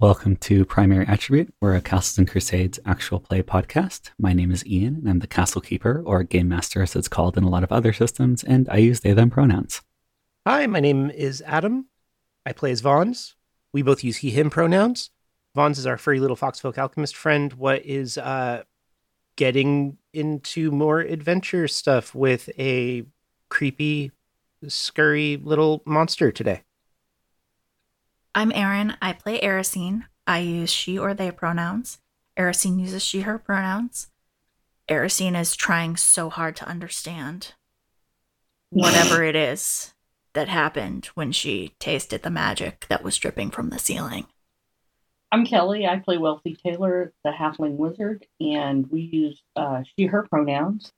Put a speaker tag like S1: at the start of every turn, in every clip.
S1: Welcome to Primary Attribute. We're a Castles and Crusades actual play podcast. My name is Ian, and I'm the Castle Keeper, or Game Master as it's called in a lot of other systems, and I use they them pronouns.
S2: Hi, my name is Adam. I play as Vons. We both use he him pronouns. Vons is our furry little foxfolk alchemist friend. What is uh getting into more adventure stuff with a creepy, scurry little monster today.
S3: I'm Erin. I play Erisine. I use she or they pronouns. Erisine uses she her pronouns. Erisine is trying so hard to understand whatever it is that happened when she tasted the magic that was dripping from the ceiling.
S4: I'm Kelly. I play Wealthy Taylor, the halfling wizard, and we use uh, she/her pronouns.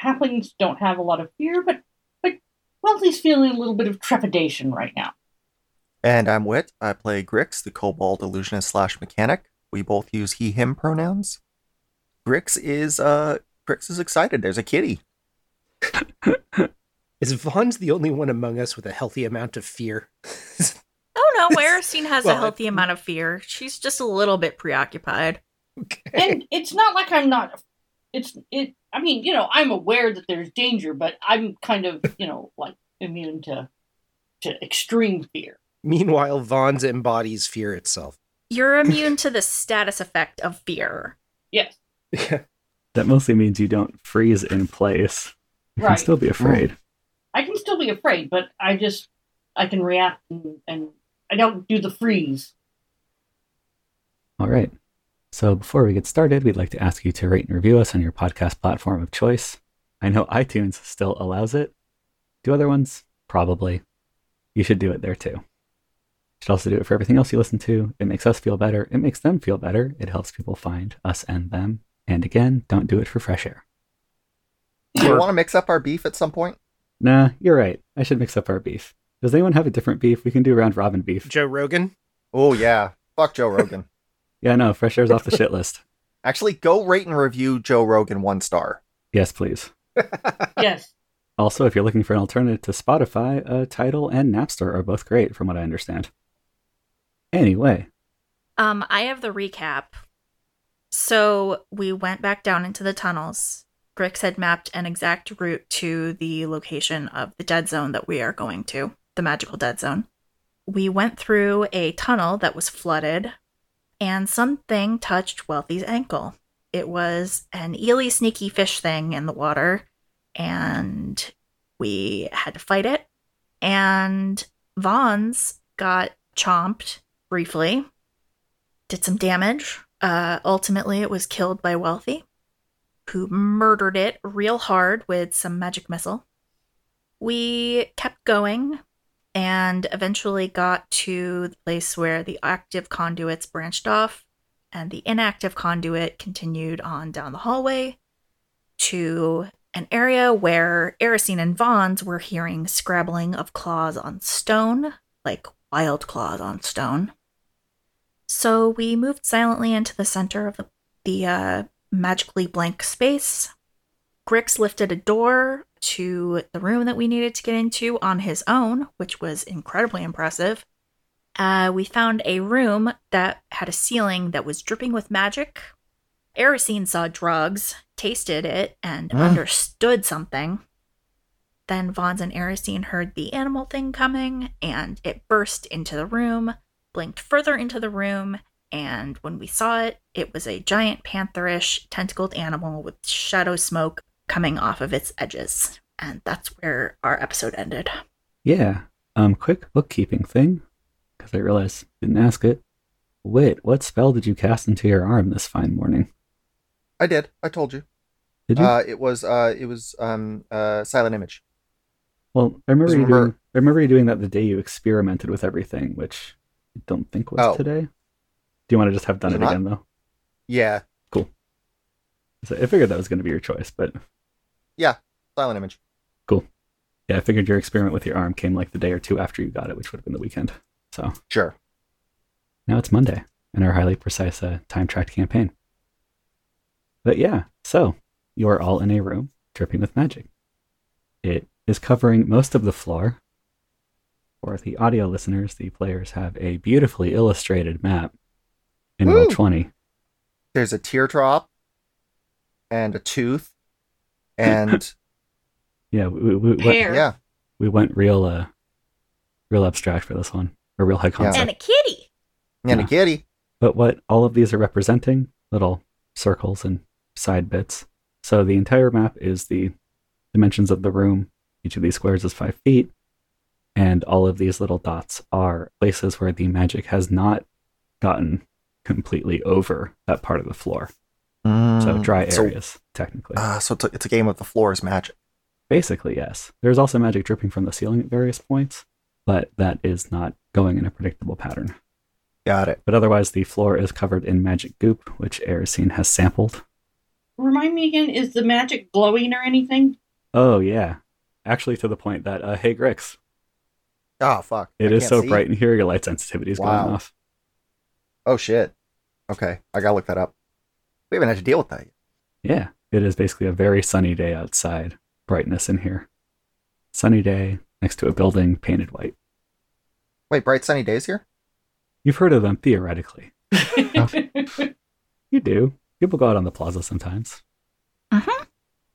S4: Halflings don't have a lot of fear, but but Wealthy's feeling a little bit of trepidation right now.
S5: And I'm Wit. I play Grix, the kobold illusionist slash mechanic. We both use he him pronouns. Grix is uh Grix is excited. There's a kitty.
S2: Is Vons the only one among us with a healthy amount of fear?
S3: Oh no, Erisine has
S2: Well,
S3: a
S2: I-
S3: healthy amount of fear. She's just a little bit preoccupied.
S4: And it's not like I'm not. It's it. I mean, you know, I'm aware that there's danger, but I'm kind of you know like immune to to extreme fear.
S2: Meanwhile, Vons embodies fear itself.
S3: You're immune to the status effect of fear.
S4: Yes,
S1: That mostly means you don't freeze in place. You can
S4: Right.
S1: still be afraid.
S4: I can still be afraid, but I just I can react and, and I don't do the freeze.
S1: All right. So before we get started, we'd like to ask you to rate and review us on your podcast platform of choice. I know iTunes still allows it. Do other ones? Probably. You should do it there too. You should also do it for everything else you listen to. It makes us feel better. It makes them feel better. It helps people find us and them. And again, don't do it for fresh air.
S5: Do you want to mix up our beef at some point?
S1: Nah, you're right. I should mix up our beef. Does anyone have a different beef? We can do round robin beef.
S2: Joe Rogan.
S5: Oh yeah. Fuck Joe Rogan.
S1: Yeah, no, fresh air's off the shit list.
S5: Actually, go rate and review Joe Rogan one star.
S1: Yes, please.
S4: Yes,
S1: Also, if you're looking for an alternative to Spotify, uh, Tidal and Napster are both great, from what I understand. Anyway,
S3: Um, I have the recap. So we went back down into the tunnels. Grix had mapped an exact route to the location of the dead zone that we are going to, the magical dead zone. We went through a tunnel that was flooded, and something touched Wealthy's ankle. It was an eely sneaky fish thing in the water, and we had to fight it. And Vaughn's got chomped briefly did some damage. Uh, ultimately, it was killed by Wealthy, who murdered it real hard with some magic missile. We kept going and eventually got to the place where the active conduits branched off and the inactive conduit continued on down the hallway to an area where Erisine and Vons were hearing scrabbling of claws on stone, like wild claws on stone. So we moved silently into the center of the, the uh, magically blank space. Grix lifted a door to the room that we needed to get into on his own, which was incredibly impressive. Uh, we found a room that had a ceiling that was dripping with magic. Erisine saw drugs, tasted it, and
S5: Mm.
S3: understood something. Then Vons and Erisine heard the animal thing coming, and it burst into the room blinked further into the room, and when we saw it, it was a giant pantherish tentacled animal with shadow smoke coming off of its edges. And that's where our episode ended.
S1: yeah, um, quick bookkeeping thing, because I realized I didn't ask it. Wait, what spell did you cast into your arm this fine morning?
S5: I did. I told you.
S1: Did you?
S5: Uh, it was uh, it was um, uh, silent image.
S1: well, I remember
S5: just
S1: you
S5: remember-
S1: doing. I remember you doing that the day you experimented with everything, which I don't think was
S5: Oh.
S1: today. Do you want to just have done
S5: Was
S1: it
S5: it not?
S1: again though?
S5: Yeah,
S1: So I figured that was going to be your choice, but
S5: silent image.
S1: yeah, I figured your experiment with your arm came like the day or two after you got it, which would have been the weekend. So.
S5: Sure.
S1: Now it's Monday in our highly precise uh, time tracked campaign. But yeah, so you are all in a room dripping with magic. It is covering most of the floor. For the audio listeners, the players have a beautifully illustrated map in roll
S2: Woo!
S1: 20.
S5: There's a teardrop and a tooth, and
S1: Yeah, we, we, we, went,
S4: Hair.
S5: yeah,
S1: we went real uh, real abstract for this one, or real high concept.
S3: and a kitty.
S5: and a
S1: Yeah.
S5: kitty.
S1: But what all of these are representing, little circles and side bits. So the entire map is the dimensions of the room. Each of these squares is five feet. And all of these little dots are places where the magic has not gotten completely over that part of the floor. So dry
S5: Mm, So-
S1: areas, technically.
S5: Ah, so it's a, it's a game of the floor's magic.
S1: Basically, yes. There's also magic dripping from the ceiling at various points, but that is not going in a predictable pattern.
S5: Got it.
S1: But otherwise, the floor is covered in magic goop, which Erisine has sampled.
S4: Remind me again, is the magic glowing or anything?
S1: Oh yeah, actually to the point that uh, hey Grix,
S5: Oh fuck!
S1: it
S5: I
S1: is
S5: can't
S1: so
S5: see.
S1: bright in here your light sensitivity is
S5: Wow.
S1: going off.
S5: Oh shit. Okay, I gotta look that up. We haven't had to deal with that. Yet.
S1: Yeah, it is basically a very sunny day outside. Brightness in here, sunny day next to a building painted white.
S5: Wait, bright sunny days here?
S1: You've heard of them theoretically. You do. People go out on the plaza sometimes.
S3: Mhm.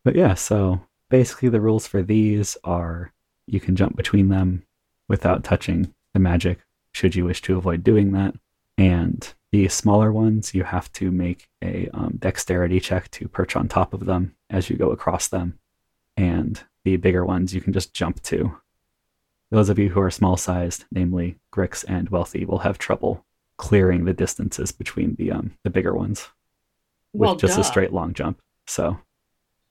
S1: But yeah, so basically the rules for these are you can jump between them without touching the magic, should you wish to avoid doing that. And the smaller ones, you have to make a um, dexterity check to perch on top of them as you go across them. And the bigger ones, you can just jump to. Those of you who are small sized, namely Grix and Wealthy, will have trouble clearing the distances between the um, the bigger ones with
S4: well,
S1: just
S4: duh.
S1: a straight long jump. So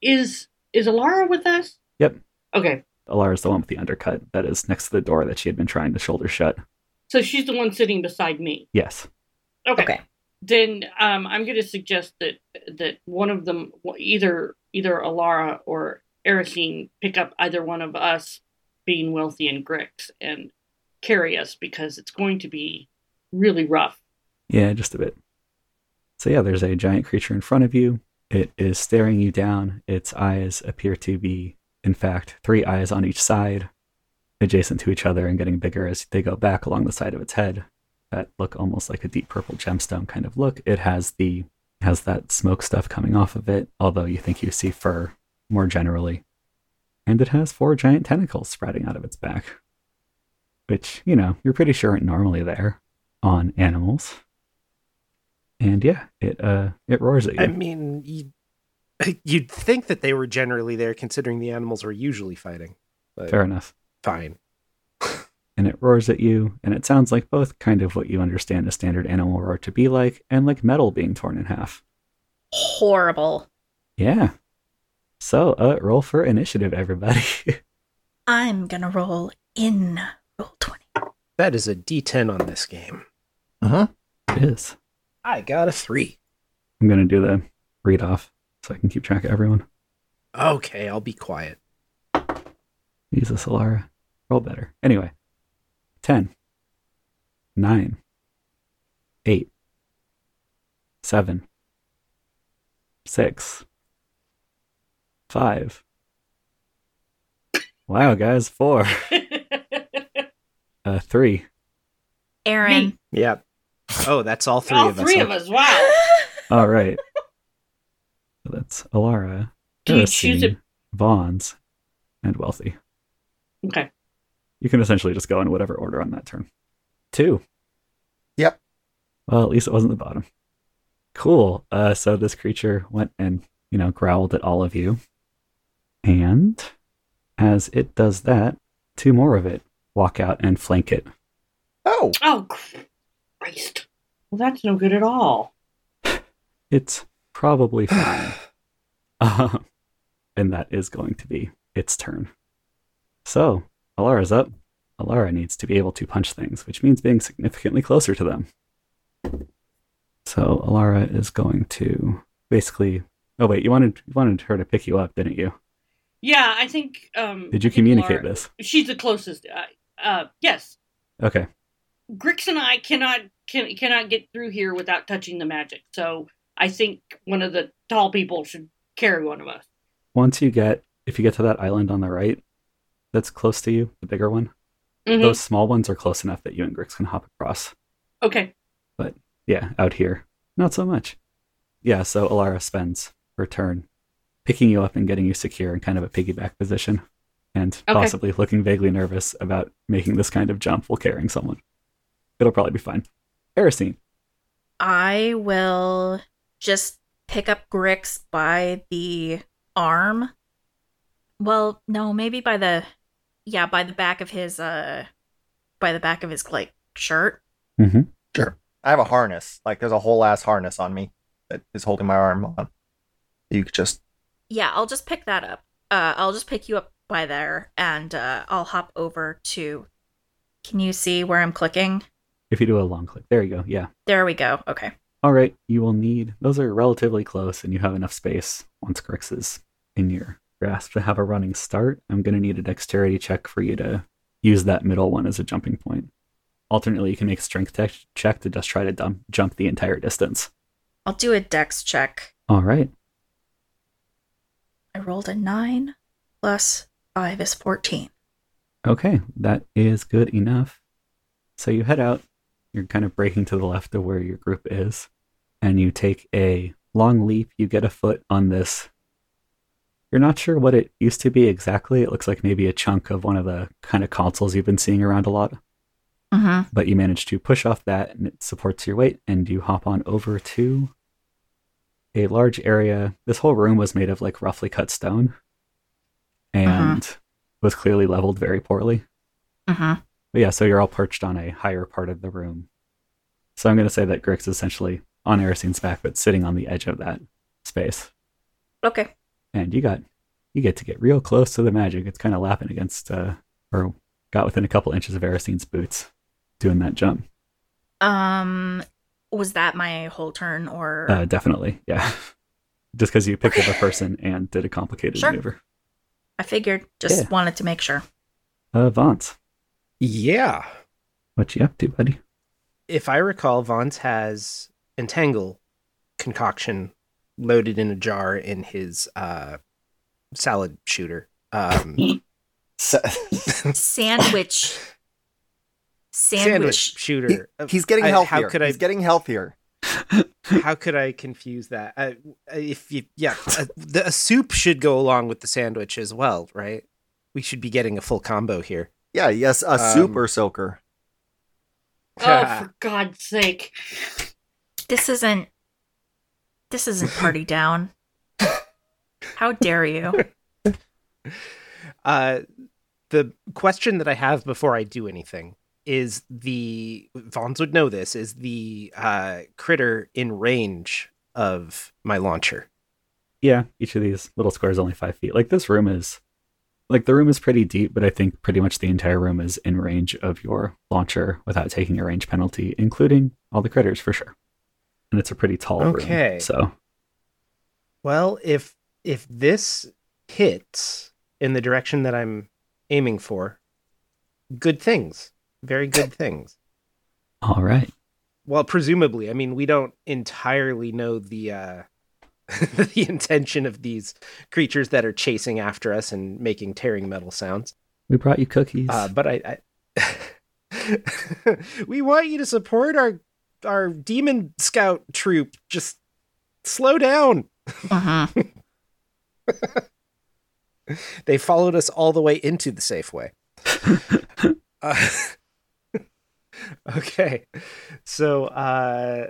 S4: Is is Alara with us?
S1: Yep.
S4: Okay,
S1: Alara's the one with the undercut that is next to the door that she had been trying to shoulder shut.
S4: so she's the one sitting beside me.
S1: Yes.
S4: Okay.
S6: Okay.
S4: Then um, I'm going to suggest that that one of them, either either Alara or Erisine, pick up either one of us, being wealthy and Grix, and carry us because it's going to be really rough.
S1: Yeah, just a bit. So, yeah, there's a giant creature in front of you. It is staring you down. Its eyes appear to be, in fact, three eyes on each side, adjacent to each other and getting bigger as they go back along the side of its head. That look almost like a deep purple gemstone kind of look. It has the has that smoke stuff coming off of it, although you think you see fur more generally. And it has four giant tentacles sprouting out of its back. Which, you know, you're pretty sure aren't normally there on animals. And yeah, it uh it roars at you.
S2: I mean, you, you'd think that they were generally there, considering the animals were usually fighting. But
S1: Fair enough.
S2: fine.
S1: and it roars at you, and it sounds like both kind of what you understand a standard animal roar to be like, and like metal being torn in half.
S3: Horrible.
S1: Yeah. So, uh, roll for initiative, everybody.
S3: I'm gonna roll in roll 20.
S2: That is a D10 on this game.
S5: Uh-huh.
S1: it is.
S2: I got a three.
S1: I'm gonna do the read off so I can keep track of everyone.
S2: Okay, I'll be quiet.
S1: Jesus, Alara, roll better. Anyway, ten, nine, eight, seven, six, five. Wow, guys, four, uh, three.
S3: Aaron.
S2: Yeah. Oh, that's all three
S4: All
S2: of
S4: three
S2: us.
S4: of us. Wow.
S1: All right. So that's Alara,
S4: Do you choose
S1: Erasine,
S4: it?
S1: Vons, and Wealthy.
S4: Okay.
S1: You can essentially just go in whatever order on that turn. Two.
S5: Yep.
S1: Well, at least it wasn't the bottom. Cool. Uh, so this creature went and, you know, growled at all of you. And as it does that, two more of it walk out and flank it.
S5: Oh,
S4: Oh Christ. Well, that's no good at all.
S1: It's probably fine. um, and that is going to be its turn. So, Alara's up. Alara needs to be able to punch things, which means being significantly closer to them. So Alara is going to basically. Oh wait, you wanted you wanted her to pick you up, didn't you?
S4: Yeah, I think. Um,
S1: Did you
S4: I think
S1: communicate
S4: Alara-
S1: this?
S4: She's the closest. Uh, uh, yes,
S1: Okay.
S4: Grix and I cannot can, cannot get through here without touching the magic. So I think one of the tall people should carry one of us.
S1: Once you get if you get to that island on the right, that's close to you, the bigger one.
S4: Mhm.
S1: Those small ones are close enough that you and Grix can hop across.
S4: Okay.
S1: Yeah, out here. Not so much. Yeah, so Alara spends her turn picking you up and getting you secure in kind of a piggyback position and
S4: Okay.
S1: possibly looking vaguely nervous about making this kind of jump while carrying someone. It'll probably be fine. Aristine.
S3: I will just pick up Grix by the arm. Well, no, maybe by the yeah, by the back of his uh by the back of his like shirt.
S5: I have a harness. Like there's a whole ass harness on me that is holding my arm on. You could just
S3: Yeah, I'll just pick that up. Uh I'll just pick you up by there and uh I'll hop over to Can you see where I'm clicking?
S1: If you do a long click. There you go. Yeah.
S3: There we go. Okay.
S1: All right, you will need those are relatively close, and you have enough space once Grix is in your grasp to have a running start. I'm going to need a dexterity check for you to use that middle one as a jumping point. Alternately, you can make a strength tech check to just try to dump, jump the entire distance.
S3: I'll do a dex check.
S1: All right,
S3: I rolled a 9 plus 5 is 14.
S1: okay, that is good enough. So you head out, you're kind of breaking to the left of where your group is, and you take a long leap. You get a foot on this You're not sure what it used to be exactly. It looks like maybe a chunk of one of the kind of consoles you've been seeing around a lot,
S3: Mhm.
S1: but you manage to push off that and it supports your weight, and you hop on over to a large area. This whole room was made of like roughly cut stone and was clearly leveled very poorly.
S3: Mhm.
S1: But yeah, so you're all perched on a higher part of the room. So I'm going to say that Grix is essentially on Aristine's back, but sitting on the edge of that space
S3: Okay.
S1: and you got you get to get real close to the magic. It's kind of lapping against uh, or got within a couple inches of Aristine's boots doing that jump.
S3: Um, was that my whole turn or?
S1: Uh, definitely, yeah. Just because you picked up a
S3: Okay.
S1: person and did a complicated
S3: Sure.
S1: maneuver.
S3: I figured, just
S1: yeah.
S3: wanted to make sure.
S1: Uh, Vance,
S2: Yeah.
S1: what you up to, buddy?
S2: If I recall, Vons has entangle concoction loaded in a jar in his uh, salad shooter. Um,
S3: Sandwich. Sandwich.
S2: sandwich
S5: He-
S2: shooter. Uh,
S5: he's getting
S2: I-
S5: healthier.
S2: How could I?
S5: He's getting healthier.
S2: Uh, how could I confuse that? I, I- if you, yeah, a, the, a soup should go along with the sandwich as well, right? We should be getting a full combo here.
S5: Yeah, yes, a
S2: Um,
S5: super soaker.
S4: Oh, for God's sake.
S3: This isn't. This isn't party down. How dare you?
S2: Uh, the question that I have before I do anything is the Vons would know this is the uh, critter in range of my launcher.
S1: Yeah, each of these little squares is only five feet. Like this room is, like the room is pretty deep, but I think pretty much the entire room is in range of your launcher without taking a range penalty, including all the critters for sure. And it's a pretty tall
S2: Okay.
S1: room, so
S2: Well, if if this hits in the direction that I'm aiming for, good things, very good things.
S1: all right.
S2: Well, presumably, I mean, we don't entirely know the uh, the intention of these creatures that are chasing after us and making tearing metal sounds.
S1: We brought you cookies.
S2: Uh, but I, I we want you to support our our demon scout troop. Just slow down.
S3: Mhm.
S2: They followed us all the way into the Safeway. uh, okay, so uh,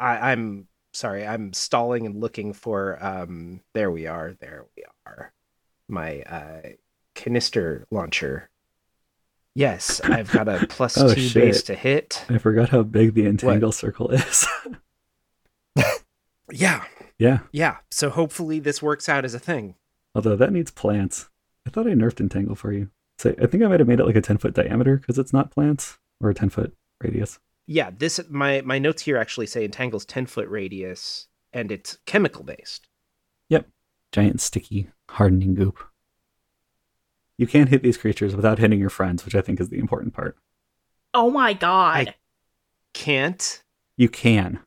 S2: I, I'm sorry. I'm stalling and looking for. Um, there we are. There we are. My uh, canister launcher. Yes, I've got a plus two
S1: Oh, shit.
S2: base to hit.
S1: I forgot how big the entangle circle is.
S2: Yeah,
S1: yeah,
S2: yeah. So hopefully this works out as a thing.
S1: although that needs plants. I thought I nerfed entangle for you. So I think I might have made it like a 10 foot diameter because it's not plants or a 10 foot radius.
S2: Yeah, this my my notes here actually say entangles ten foot radius and it's chemical based.
S1: Giant sticky hardening goop. You can't hit these creatures without hitting your friends, which I think is the important part.
S3: Oh my god.
S2: Can't?
S1: You can,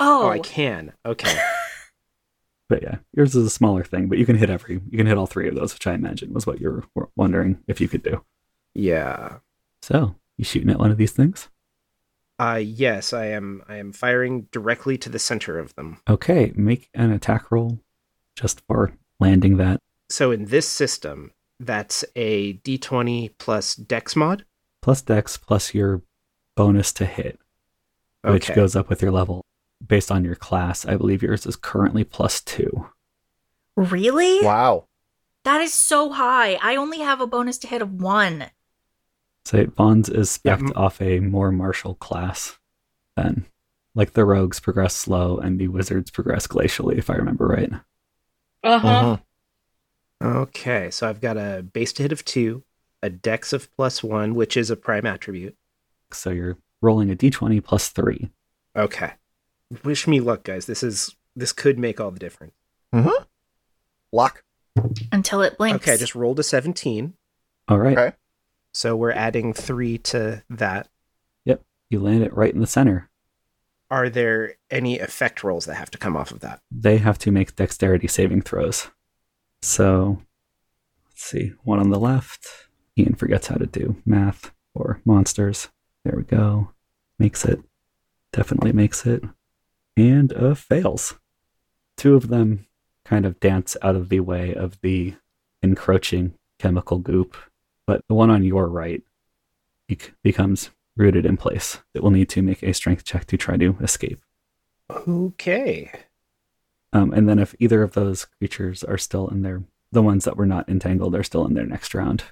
S2: Oh,
S3: oh,
S2: I can. Okay.
S1: but yeah, yours is a smaller thing, but you can hit every, you can hit all three of those, which I imagine was what you were- were wondering if you could do.
S2: yeah.
S1: So you shooting at one of these things?
S2: Uh, yes, I am. I am firing directly to the center of them.
S1: Okay, make an attack roll just for landing that
S2: So in this system, that's a d20 plus dex mod.
S1: plus dex plus your bonus to hit, which
S2: Okay.
S1: goes up with your level based on your class. I believe yours is currently plus two.
S3: Really?
S5: Wow.
S3: That is so high. I only have a bonus to hit of one.
S1: So Vaughn's is
S2: Yeah,
S1: spec
S2: m-
S1: off a more martial class than like the rogues progress slow and the wizards progress glacially, if I remember right.
S4: Uh huh.
S1: Uh-huh.
S5: Mhm.
S2: Okay, so I've got a base to hit of two, a dex of plus one, which is a prime attribute.
S1: So you're rolling a d20 plus three.
S2: Okay. Wish me luck, guys. This is this could make all the difference.
S5: Lock.
S3: Until it blinks.
S2: Okay, I just rolled a 17,
S1: All right.
S5: Okay.
S2: so we're adding three to that.
S1: You land it right in the center.
S2: Are there any effect rolls that have to come off of that?
S1: They have to make dexterity saving throws. So let's see. One on the left. Ian forgets how to do math or monsters. There we go. Makes it. Definitely makes it. And uh, fails. Two of them kind of dance out of the way of the encroaching chemical goop, but the one on your right bec- becomes rooted in place. It will need to make a strength check to try to escape.
S2: Okay.
S1: Um, and then if either of those creatures are still in their, the ones that were not entangled are still in their next round,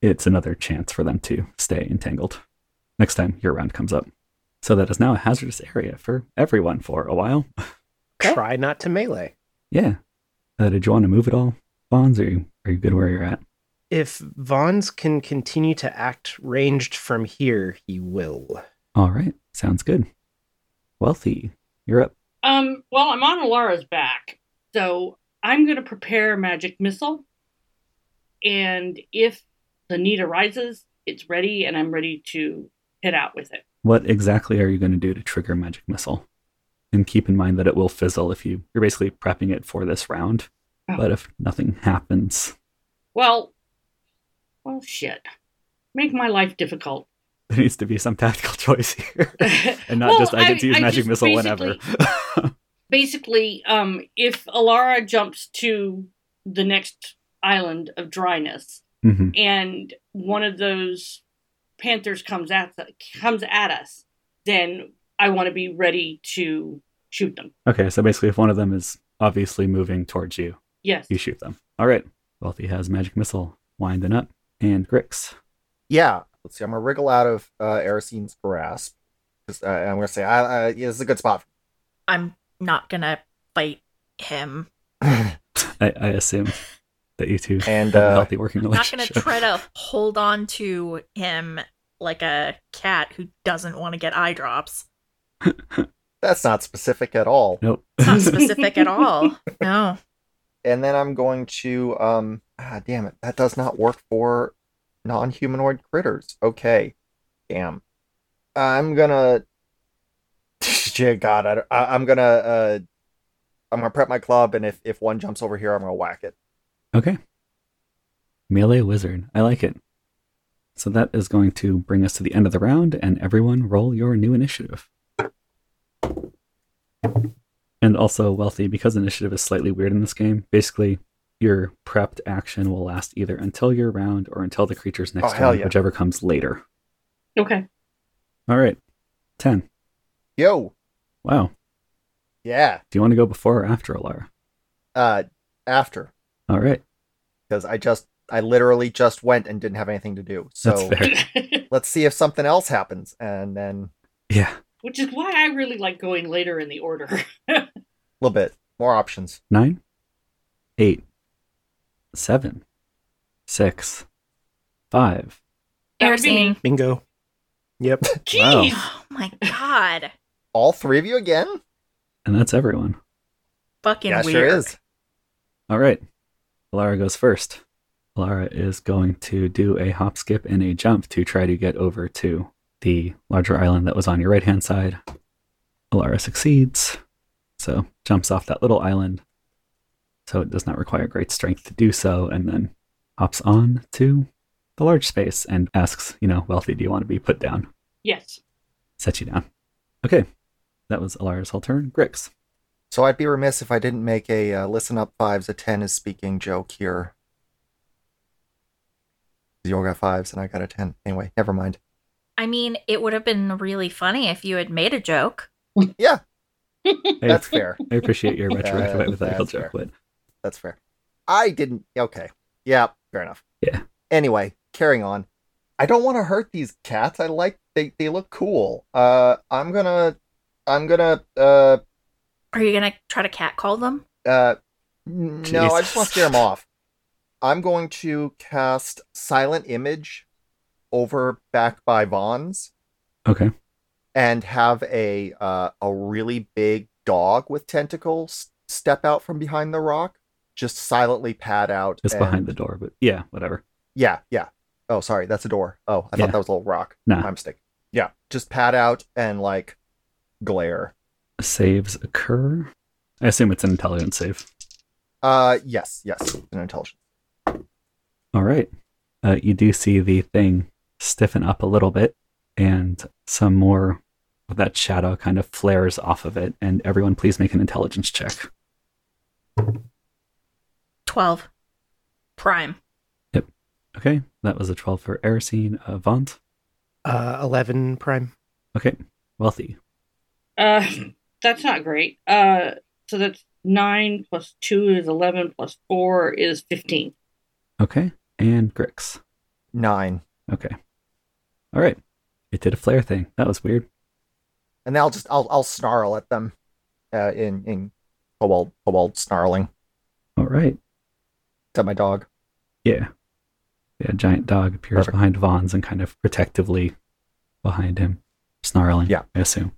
S1: it's another chance for them to stay entangled next time your round comes up. So that is now a hazardous area for everyone for a while.
S3: Okay.
S2: Try not to melee.
S1: Yeah. Uh, did you want to move at all, Bonds? Or are you, are you good where you're at?
S2: If Vons can continue to act ranged from here, he will.
S1: All right. Sounds good. Wealthy, you're up.
S4: Um, well, I'm on Alara's back, so I'm going to prepare magic missile, and if the need arises, it's ready, and I'm ready to hit out with it.
S1: What exactly are you going to do to trigger magic missile? And keep in mind that it will fizzle if you you're basically prepping it for this round.
S4: Oh.
S1: But if nothing happens,
S4: Well, well, shit, make my life difficult.
S1: there needs to be some tactical choice here and not
S4: Well,
S1: just i get to use
S4: I
S1: magic
S4: just
S1: missile whenever
S4: Basically, um, if Alara jumps to the next island of dryness,
S1: Mhm.
S4: and one of those panthers comes at comes at us, then I want to be ready to shoot them.
S1: okay so basically if one of them is obviously moving towards you
S4: Yes.
S1: you shoot them all right wealthy has magic missile winding up and grix
S5: Yeah. Let's see. I'm gonna wriggle out of uh, Arasine's grasp. 'Cause, uh, I'm gonna say, I, I, yeah, this is a good spot.
S3: I'm not gonna fight him.
S1: i, I assume that you two
S5: and
S1: have a
S5: uh,
S1: healthy working
S3: I'm not gonna
S1: relationship
S3: try to hold on to him like a cat who doesn't want to get eye drops.
S5: that's not specific at all.
S1: nope
S3: It's not specific at all. No.
S5: And then I'm going to, um, ah, damn it, that does not work for non-humanoid critters. Okay, damn. I'm gonna, Dear God, I, don't- I, am gonna, uh, I'm gonna prep my club, and if if one jumps over here, I'm gonna whack it.
S1: okay melee wizard i like it so that is going to bring us to the end of the round and everyone roll your new initiative and also wealthy because initiative is slightly weird in this game basically your prepped action will last either until your round or until the creature's next
S5: Oh, hell
S1: turn
S5: yeah.
S1: whichever comes later
S4: Okay.
S1: all right 10
S5: Yo,
S1: wow
S5: yeah.
S1: do you want to go before or after alara
S5: Uh, after
S1: all right
S5: because I just, I literally just went and didn't have anything to do.
S1: that's
S5: So
S1: fair
S5: let's see if something else happens, and then
S1: yeah
S4: Which is why I really like going later in the order.
S5: a little bit more options.
S1: nine, eight, seven, six, five.
S4: That would be me.
S3: Erosine.
S2: Bingo. Yep.
S4: Jeez.
S3: Oh my god.
S5: All three of you again?
S1: And that's everyone.
S3: Fucking
S5: yeah,
S3: weird.
S5: sure is.
S1: All right. Alara goes first. Alara is going to do a hop, skip, and a jump to try to get over to the larger island that was on your right hand side. Alara succeeds. So jumps off that little island. So it does not require great strength to do so, and then hops on to the large space and asks, you know, Wealthy, do you want to be put down?
S4: Yes.
S1: set you down. Okay, that was Alara's whole turn. Grix.
S5: So I'd be remiss if I didn't make a uh, listen up fives. A 10 is speaking joke here. You all got fives and I got a 10. Anyway, never mind.
S3: I mean, it would have been really funny if you had made a joke.
S5: Yeah,
S1: Hey,
S5: that's fair.
S1: I appreciate your retroactive
S5: Yeah,
S1: hypothetical
S5: that's fair.
S1: joke, but
S5: That's fair. I didn't. Okay. Yeah, fair enough.
S1: Yeah.
S5: Anyway, carrying on. I don't want to hurt these cats. I like they they look cool. Uh I'm going to I'm going to uh
S3: Are you gonna try to catcall them?
S5: uh n- no, I just
S1: Jesus.
S5: want to scare them off. I'm going to cast silent image over back by Vaughn's
S1: okay.
S5: and have a uh, a really big dog with tentacles step out from behind the rock, just silently pad out
S1: It's
S5: and-
S1: behind the door, but yeah, whatever.
S5: Yeah, yeah. Oh, sorry, that's a door. Oh, I
S1: Yeah.
S5: thought that was a little rock.
S1: Nah.
S5: My mistake. Yeah, just pat out and like glare.
S1: Saves occur. I assume it's an intelligence save.
S5: Uh, yes, yes, an intelligence.
S1: All right. Uh, you do see the thing stiffen up a little bit, and some more of that shadow kind of flares off of it. And everyone, please make an intelligence check.
S3: Twelve. Prime.
S1: Okay, that was a 12 for Erisine. Uh, Vaunt,
S2: Uh, 11 prime.
S1: wealthy.
S4: Uh, that's not great. Uh, so that's nine plus two is eleven plus four is fifteen.
S1: Okay, and Grix.
S5: Nine.
S1: Okay. All right. It did a flare thing. That was weird.
S5: And I'll just I'll I'll snarl at them. Uh, in in kobold kobold snarling
S1: All right.
S5: to my dog.
S1: Yeah. Yeah, giant dog appears
S5: Perfect.
S1: behind Vaughn's and kind of protectively behind him, snarling.
S5: Yeah.
S1: I assume.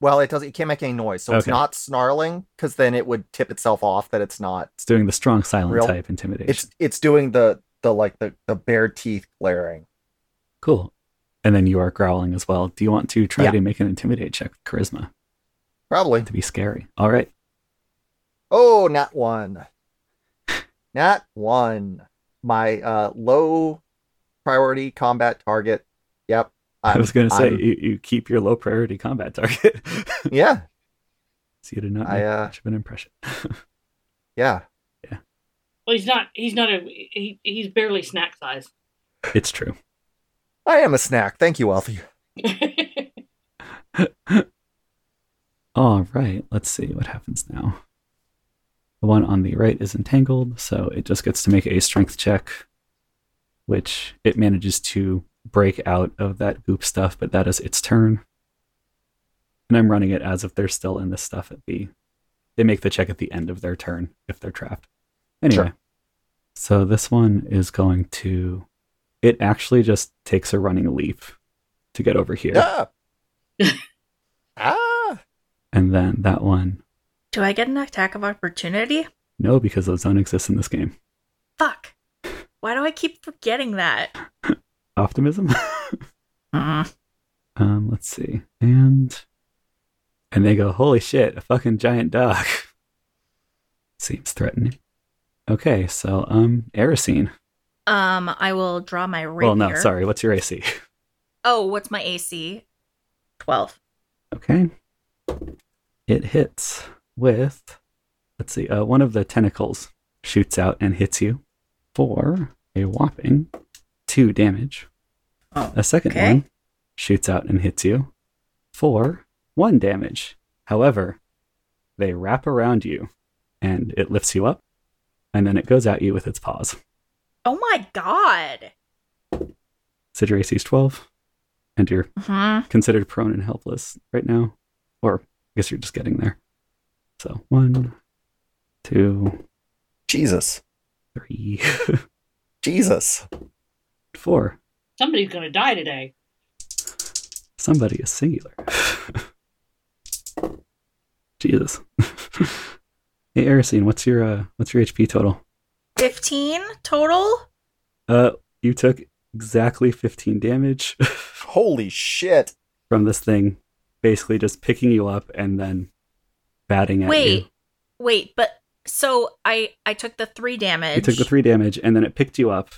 S5: Well, it doesn't. It can't make any noise, so it's
S1: Okay.
S5: not snarling because then it would tip itself off that it's not.
S1: It's doing the strong silent
S5: Real-
S1: type intimidation.
S5: It's it's doing the the like the the bare teeth glaring.
S1: Cool. And then you are growling as well. Do you want to try
S5: Yeah.
S1: to make an intimidate check with charisma
S5: Probably.
S1: to be scary? All right.
S5: Oh, not one. Not one. My uh low priority combat target. Yep.
S1: i was going to say,
S5: I'm-
S1: you, you keep your low priority combat target.
S5: yeah,
S1: so you did not make
S5: I, uh,
S1: much of an impression.
S5: yeah.
S4: Well, he's not. He's not a. He, he's barely snack size.
S1: it's true.
S5: I am a snack. Thank you, Alfie.
S1: All right. Let's see what happens now. The one on the right is entangled, so it just gets to make a strength check, which it manages to break out of that goop stuff, but that is its turn. And I'm running it as if they're still in this stuff at the. They make the check at the end of their turn if they're trapped. Anyway,
S5: Sure.
S1: so this one is going to. It actually just takes a running leap to get over here.
S5: Ah. ah.
S1: And then that one
S3: Do I get an attack of opportunity?
S1: No, because those don't exist in this game.
S3: Fuck. Why do I keep forgetting that?
S1: Optimism. Mm-hmm.
S3: Mm.
S1: um, let's see. And and they go, holy shit, a fucking giant dog. Seems threatening. Okay, so um, Erisine.
S3: Um, I will draw my rapier.
S1: Well, no, sorry. What's your AC?
S3: Oh, what's my AC? Twelve.
S1: Okay. It hits with, let's see, uh, one of the tentacles shoots out and hits you for a whopping two damage.
S3: Oh,
S1: a second
S3: okay.
S1: one shoots out and hits you for one damage. However, they wrap around you and it lifts you up and then it goes at you with its paws.
S3: Oh my god.
S1: So your AC is 12 and you're
S3: hmm
S1: considered prone and helpless right now. Or I guess you're just getting there. So one, two,
S5: Jesus.
S1: three,
S5: Jesus.
S1: four.
S4: Somebody's gonna die today.
S1: Somebody is singular. Jesus. hey Erisine, what's your uh, what's your HP total?
S3: Fifteen total.
S1: Uh you took exactly fifteen damage
S5: Holy shit.
S1: from this thing, basically just picking you up and then batting at you.
S3: Wait, wait, but so I I took the three damage.
S1: You took the three damage, and then it picked you up,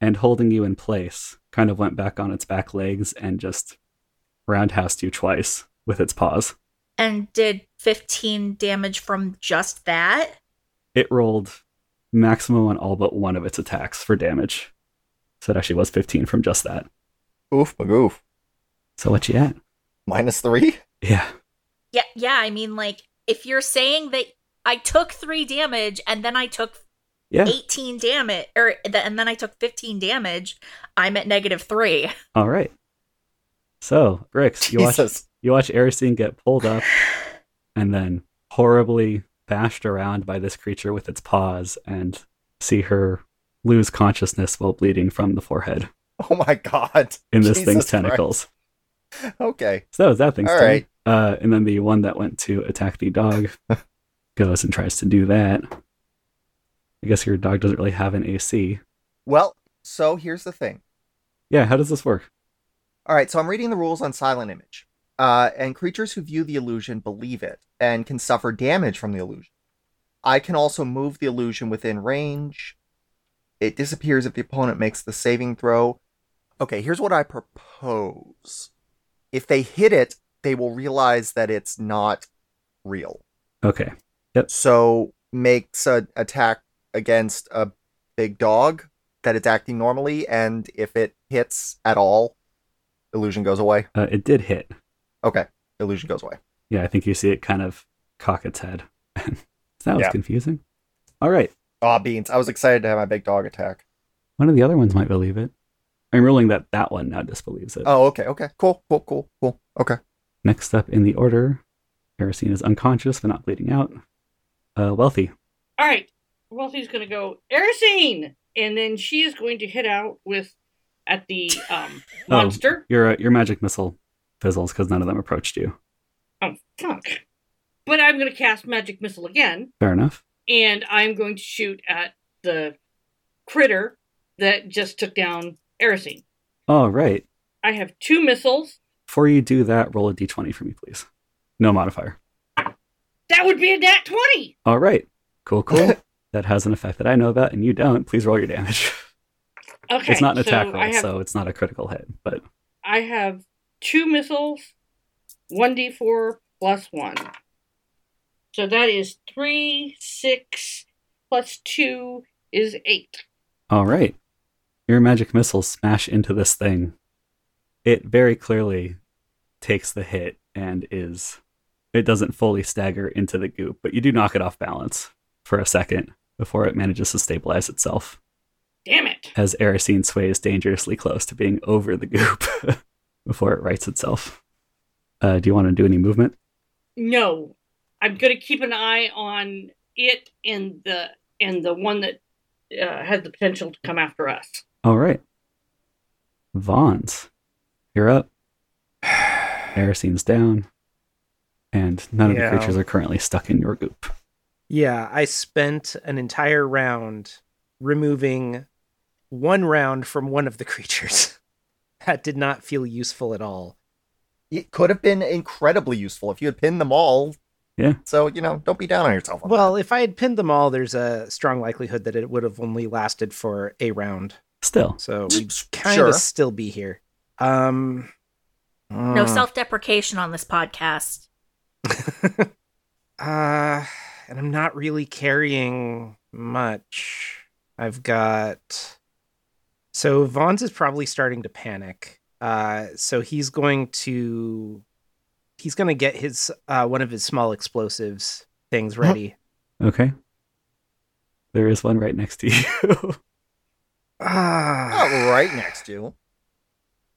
S1: and holding you in place, kind of went back on its back legs and just roundhoused you twice with its paws.
S3: and did 15 damage from just that.
S1: It rolled maximum on all but one of its attacks for damage. So it actually was 15 from just that.
S5: Oof, magoof.
S1: So what you at?
S5: Minus three?
S1: Yeah.
S3: Yeah, yeah, I mean like if you're saying that I took 3 damage and then I took
S1: Yeah.
S3: 18 damage or th- and then I took 15 damage, I'm at negative 3.
S1: All right. So, Grix, you watch
S5: Jesus.
S1: you watch Aristine get pulled up and then horribly bashed around by this creature with its paws and see her lose consciousness while bleeding from the forehead
S5: Oh my god.
S1: in this
S5: Jesus
S1: thing's
S5: Christ.
S1: tentacles.
S5: Okay.
S1: So that was that thing's
S5: All
S1: turn.
S5: right.
S1: Uh, and then the one that went to attack the dog goes and tries to do that. I guess your dog doesn't really have an AC.
S5: Well, so here's the thing.
S1: Yeah, how does this work?
S5: All right, so I'm reading the rules on silent image. Uh, and creatures who view the illusion believe it and can suffer damage from the illusion. I can also move the illusion within range. It disappears if the opponent makes the saving throw. Okay, here's what I propose. If they hit it, they will realize that it's not real.
S1: Okay.
S5: so makes an attack against a big dog that it's acting normally, and if it hits at all, illusion goes away.
S1: Uh, it did hit.
S5: Okay, illusion goes away.
S1: Yeah, I think you see it kind of cock its head. that was
S5: Yeah.
S1: confusing. All right.
S5: Aw, beans. I was excited to have my big dog attack.
S1: One of the other ones might believe it. I'm ruling that that one now disbelieves it.
S5: Oh, okay, okay. Cool, cool, cool, cool. Okay.
S1: Next up in the order, Aristine is unconscious but not bleeding out. Uh, Wealthy.
S4: All right. Wealthy's going to go Erisine, and then she is going to hit out with at the um,
S1: Oh.
S4: monster.
S1: Your uh, your magic missile fizzles because none of them approached you.
S4: Oh fuck! But I'm going to cast magic missile again,
S1: Fair enough.
S4: and I'm going to shoot at the critter that just took down Erisine.
S1: All right.
S4: I have two missiles.
S1: Before you do that, roll a d20 for me, please. No modifier.
S4: That would be a nat twenty.
S1: All right. Cool, cool. that has an effect that I know about and you don't. Please roll your damage.
S4: Okay,
S1: it's not an
S4: so
S1: attack roll,
S4: I have,
S1: so it's not a critical hit, but
S4: I have two missiles, one d four plus one. So that is three, six plus two is eight.
S1: All right. Your magic missiles smash into this thing. It very clearly takes the hit and is. It doesn't fully stagger into the goop, but you do knock it off balance for a second before it manages to stabilize itself
S4: Damn it!
S1: as Erisine sways dangerously close to being over the goop before it rights itself. Uh, do you want to do any movement?
S4: No, I'm going to keep an eye on it and the and the one that uh, has the potential to come after us.
S1: All right. Vaughns, you're up. Erisine's down. And none
S2: Yeah.
S1: of the creatures are currently stuck in your goop.
S2: Yeah, I spent an entire round removing one round from one of the creatures. that did not feel useful at all.
S5: It could have been incredibly useful if you had pinned them all.
S1: Yeah.
S5: So, you know, don't be down on yourself. on
S2: Well, if I had pinned them all, there's a strong likelihood that it would have only lasted for a round.
S1: Still.
S2: So
S5: that.
S2: we'd kind of
S5: Sure.
S2: still be here. Um
S3: No
S5: Mm.
S3: Hmm. self-deprecation on this podcast.
S2: Uh, and I'm not really carrying much. I've got. So Vaughn's is probably starting to panic. Uh, so he's going to, he's going to get his uh one of his small explosives things ready.
S1: Okay. There is one right next to you.
S2: Ah,
S5: Not right next to. you.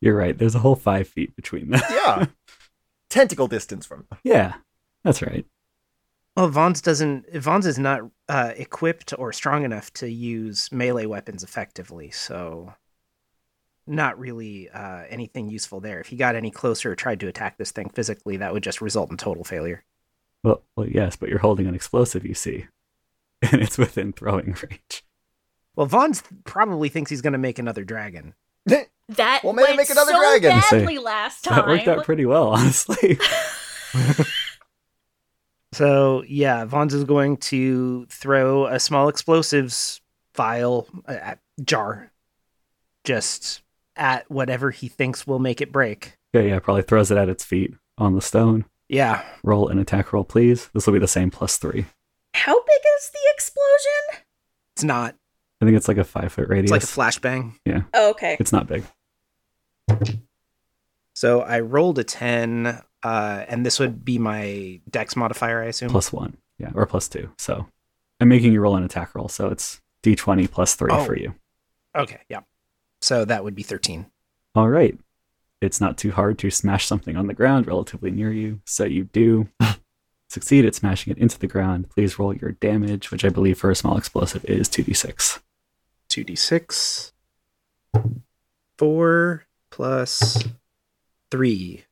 S1: you're right. There's a whole five feet between them.
S5: Yeah. Tentacle distance from.
S1: yeah. That's right.
S2: well, Vaughn's doesn't. Vaughn's is not uh equipped or strong enough to use melee weapons effectively. So, not really uh anything useful there. If he got any closer or tried to attack this thing physically, that would just result in total failure.
S1: Well, well, yes, but you're holding an explosive, you see. And it's within throwing range.
S2: Well, Vaughn's probably thinks he's going to make another dragon.
S3: That
S5: Well, maybe
S3: went
S5: make another
S3: so
S5: dragon.
S1: Say,
S3: badly last time.
S1: That worked out pretty well, honestly.
S2: So, yeah, Vaughn's is going to throw a small explosives vial uh, uh, jar just at whatever he thinks will make it break.
S1: Yeah, yeah, probably throws it at its feet on the stone.
S2: Yeah.
S1: Roll an attack roll, please. This will be the same plus three.
S3: How big is the explosion?
S2: It's not.
S1: I think it's like a five foot radius.
S2: It's like a flashbang.
S3: Oh, okay.
S1: It's not big.
S2: So I rolled a 10, uh, and this would be my dex modifier, I assume.
S1: Plus one. Yeah, or plus two. So I'm making you roll an attack roll. So it's d20 plus three
S2: Oh.
S1: for you.
S2: Okay, yeah. So that would be 13.
S1: All right. It's not too hard to smash something on the ground relatively near you, so you do succeed at smashing it into the ground. Please roll your damage, which I believe for a small explosive is 2d6.
S2: 2d6. 4 plus 3.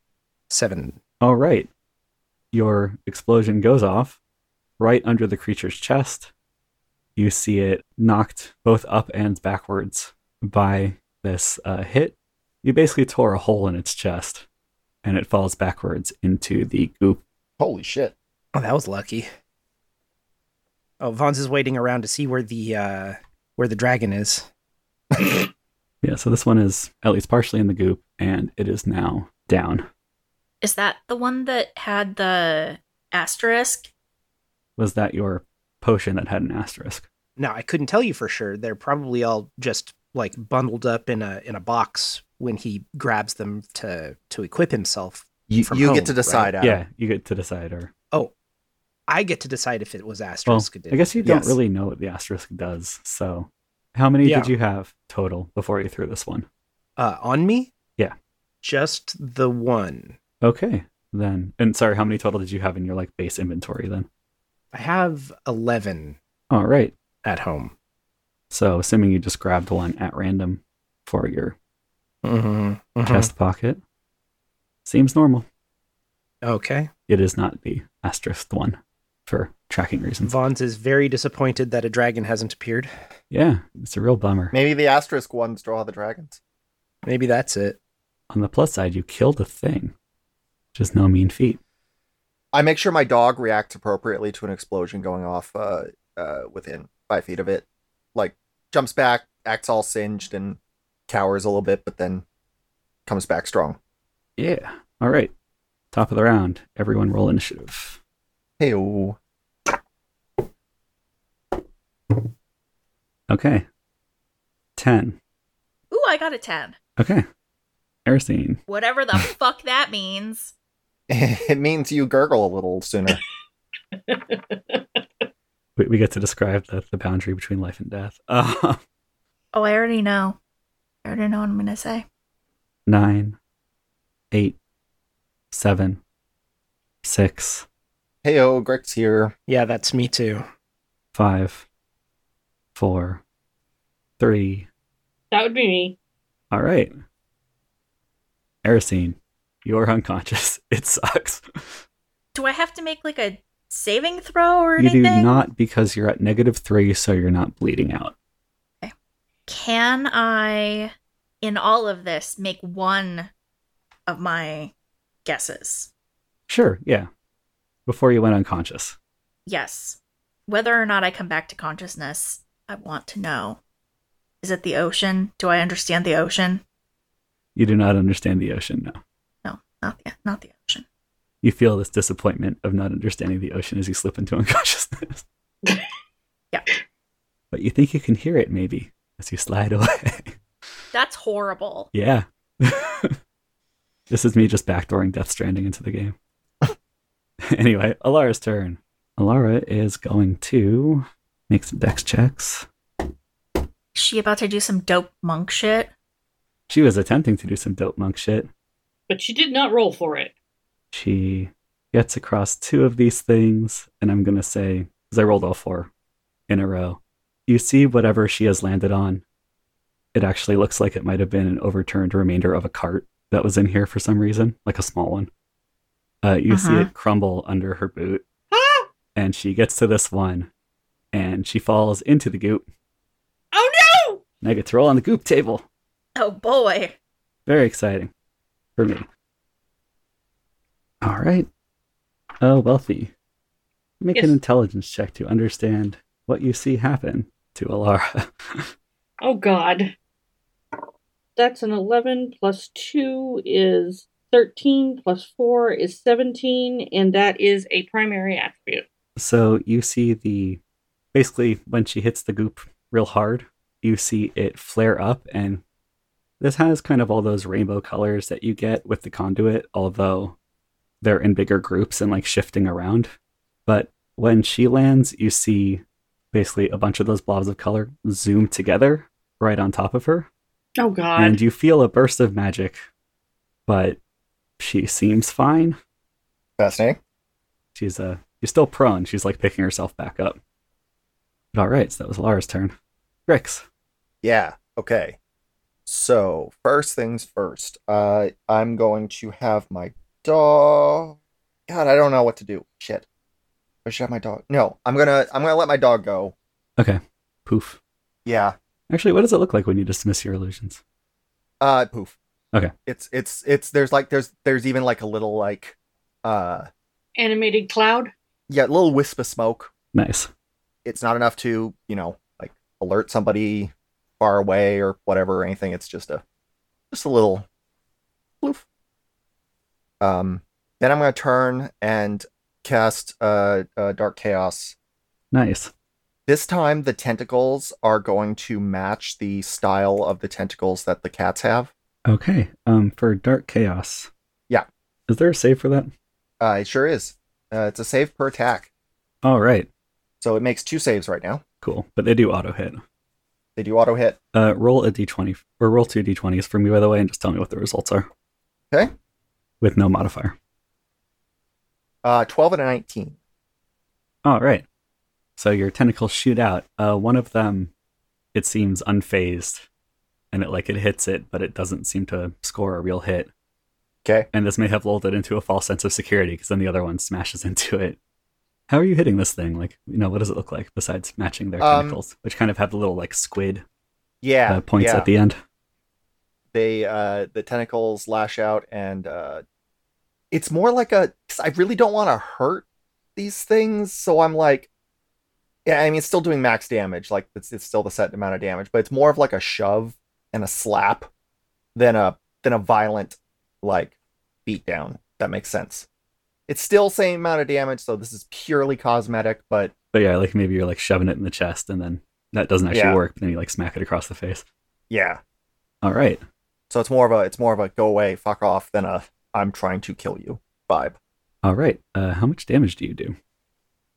S2: 7.
S1: All right. Your explosion goes off right under the creature's chest. You see it knocked both up and backwards by this uh, hit. You basically tore a hole in its chest, and it falls backwards into the goop.
S5: Holy shit.
S2: Oh, that was lucky. Oh, Vons is waiting around to see where the uh where the dragon is.
S1: Yeah, so this one is at least partially in the goop, and it is now down.
S3: Is that the one that had the asterisk?
S1: Was that your potion that had an asterisk?
S2: Now, I couldn't tell you for sure. They're probably all just like bundled up in a in a box when he grabs them to to equip himself.
S5: You,
S2: From
S5: you
S2: home,
S5: get to decide. Adam.
S1: Oh, Yeah, you get to decide. Or
S2: I get to decide if it was
S1: well,
S2: asterisk.
S1: I guess you don't
S5: Yes.
S1: really know what the asterisk does. So, how many
S2: Yeah.
S1: did you have total before you threw this one?
S2: uh, on me.
S1: Yeah.
S2: just the one.
S1: Okay, then. And sorry, how many total did you have in your like base inventory then?
S2: I have eleven
S1: All right.
S2: at home.
S1: So, assuming you just grabbed one at random for your
S2: Mm-hmm.
S1: chest pocket, seems normal.
S2: Okay.
S1: It is not the asterisk one for tracking reasons.
S2: Vons is very disappointed that a dragon hasn't appeared.
S1: Yeah, it's a real bummer.
S5: Maybe the asterisk ones draw the dragons.
S2: Maybe that's it.
S1: On the plus side, you killed a thing, which is no mean feat.
S5: I make sure my dog reacts appropriately to an explosion going off uh, uh, within five feet of it. Like, jumps back, acts all singed, and cowers a little bit, but then comes back strong.
S1: Yeah. All right. Top of the round. Everyone roll initiative.
S5: Hey,
S1: Okay. 10.
S3: Ooh, I got a 10.
S1: Okay. Aristine.
S3: Whatever the fuck that means.
S5: it means you gurgle a little sooner.
S1: We, we get to describe the, the boundary between life and death. Uh,
S3: Oh, I already know. I already know what I'm going to say.
S1: 9, 8, 7, 6,
S5: hey, oh, Greg's here.
S2: Yeah, that's me too.
S1: 5, 4, 3.
S4: That would be me.
S1: All right. Aristine, you're unconscious. It sucks.
S3: Do I have to make like a saving throw or
S1: You do
S3: anything?
S1: not because you're at negative 3, so you're not bleeding out.
S3: Can I, in all of this, make one of my guesses?
S1: Sure, yeah. Before you went unconscious.
S3: Yes. Whether or not I come back to consciousness, I want to know. Is it the ocean? Do I understand the ocean?
S1: You do not understand the ocean, no.
S3: No, not the not the ocean.
S1: You feel this disappointment of not understanding the ocean as you slip into unconsciousness.
S3: Yeah.
S1: But you think you can hear it maybe as you slide away.
S3: That's horrible.
S1: yeah. this is me just backdooring Death Stranding into the game. anyway, Alara's turn. Alara is going to make some dex checks.
S3: Is she about to do some dope monk shit?
S1: She was attempting to do some dope monk shit.
S4: But she did not roll for it.
S1: she gets across two of these things, and I'm going to say, because I rolled all four in a row, you see whatever she has landed on. It actually looks like it might have been an overturned remainder of a cart that was in here for some reason, like a small one. Uh, you see
S3: Uh-huh.
S1: it crumble under her boot,
S4: Huh?
S1: and she gets to this one, and she falls into the goop.
S4: Oh no!
S1: And I get to roll on the goop table.
S3: Oh boy.
S1: Very exciting for me. All right. Oh, wealthy. Make an
S4: Yes.
S1: intelligence check to understand what you see happen to Alara.
S4: Oh god. That's an 11 plus 2 is 13 plus 4 is 17, and that is a primary attribute.
S1: So you see the basically when she hits the goop real hard, you see it flare up and this has kind of all those rainbow colors that you get with the conduit, although they're in bigger groups and like shifting around. But when she lands, you see basically a bunch of those blobs of color zoom together right on top of her.
S4: Oh, God.
S1: And you feel a burst of magic, but she seems fine.
S5: Fascinating.
S1: She's uh she's still prone. She's like picking herself back up. But all right, so that was Lara's turn. Grix.
S5: Yeah. Okay. So first things first. Uh, I'm going to have my dog. God, I don't know what to do. Shit. I should have my dog. No, I'm gonna. I'm gonna let my dog go.
S1: Okay. Poof.
S5: Yeah.
S1: Actually, what does it look like when you dismiss your illusions?
S5: Uh, poof.
S1: Okay.
S5: It's it's it's there's like there's there's even like a little like, uh,
S4: Animated cloud.
S5: yeah, little wisp of smoke
S1: Nice.
S5: it's not enough to you know like alert somebody far away or whatever or anything it's just a just a little bloof. um then i'm going to turn and cast uh, uh dark chaos
S1: Nice.
S5: this time the tentacles are going to match the style of the tentacles that the cats have
S1: Okay. Um for Dark Chaos.
S5: Yeah.
S1: Is there a save for that?
S5: uh it sure is uh, it's a save per attack
S1: All right.
S5: so it makes two saves right now
S1: Cool. But they do auto hit.
S5: they do auto hit
S1: Uh roll a D twenty or roll two D twenties for me by the way and just tell me what the results are.
S5: Okay.
S1: With no modifier.
S5: uh 12 and a 19
S1: All right. So your tentacles shoot out. Uh, one of them, it seems unfazed, and it like it hits it, but it doesn't seem to score a real hit.
S5: okay
S1: And this may have lulled it into a false sense of security because then the other one smashes into it. How are you hitting this thing? Like, you know, what does it look like besides matching their
S5: Um,
S1: tentacles, which kind of have the little like squid
S5: yeah
S1: uh, points
S5: yeah.
S1: at the end?
S5: they uh the tentacles lash out and uh it's more like a 'cause I really don't want to hurt these things so I'm like yeah I mean it's still doing max damage like it's it's still the set amount of damage but it's more of like a shove and a slap than a than a violent like beat down that makes sense it's still same amount of damage so this is purely cosmetic but
S1: But yeah, like maybe you're like shoving it in the chest, and then that doesn't actually
S5: Yeah.
S1: work. But then you like smack it across the face.
S5: yeah
S1: All right.
S5: so it's more of a it's more of a go away fuck off than a I'm trying to kill you vibe
S1: All right. Uh, how much damage do you do?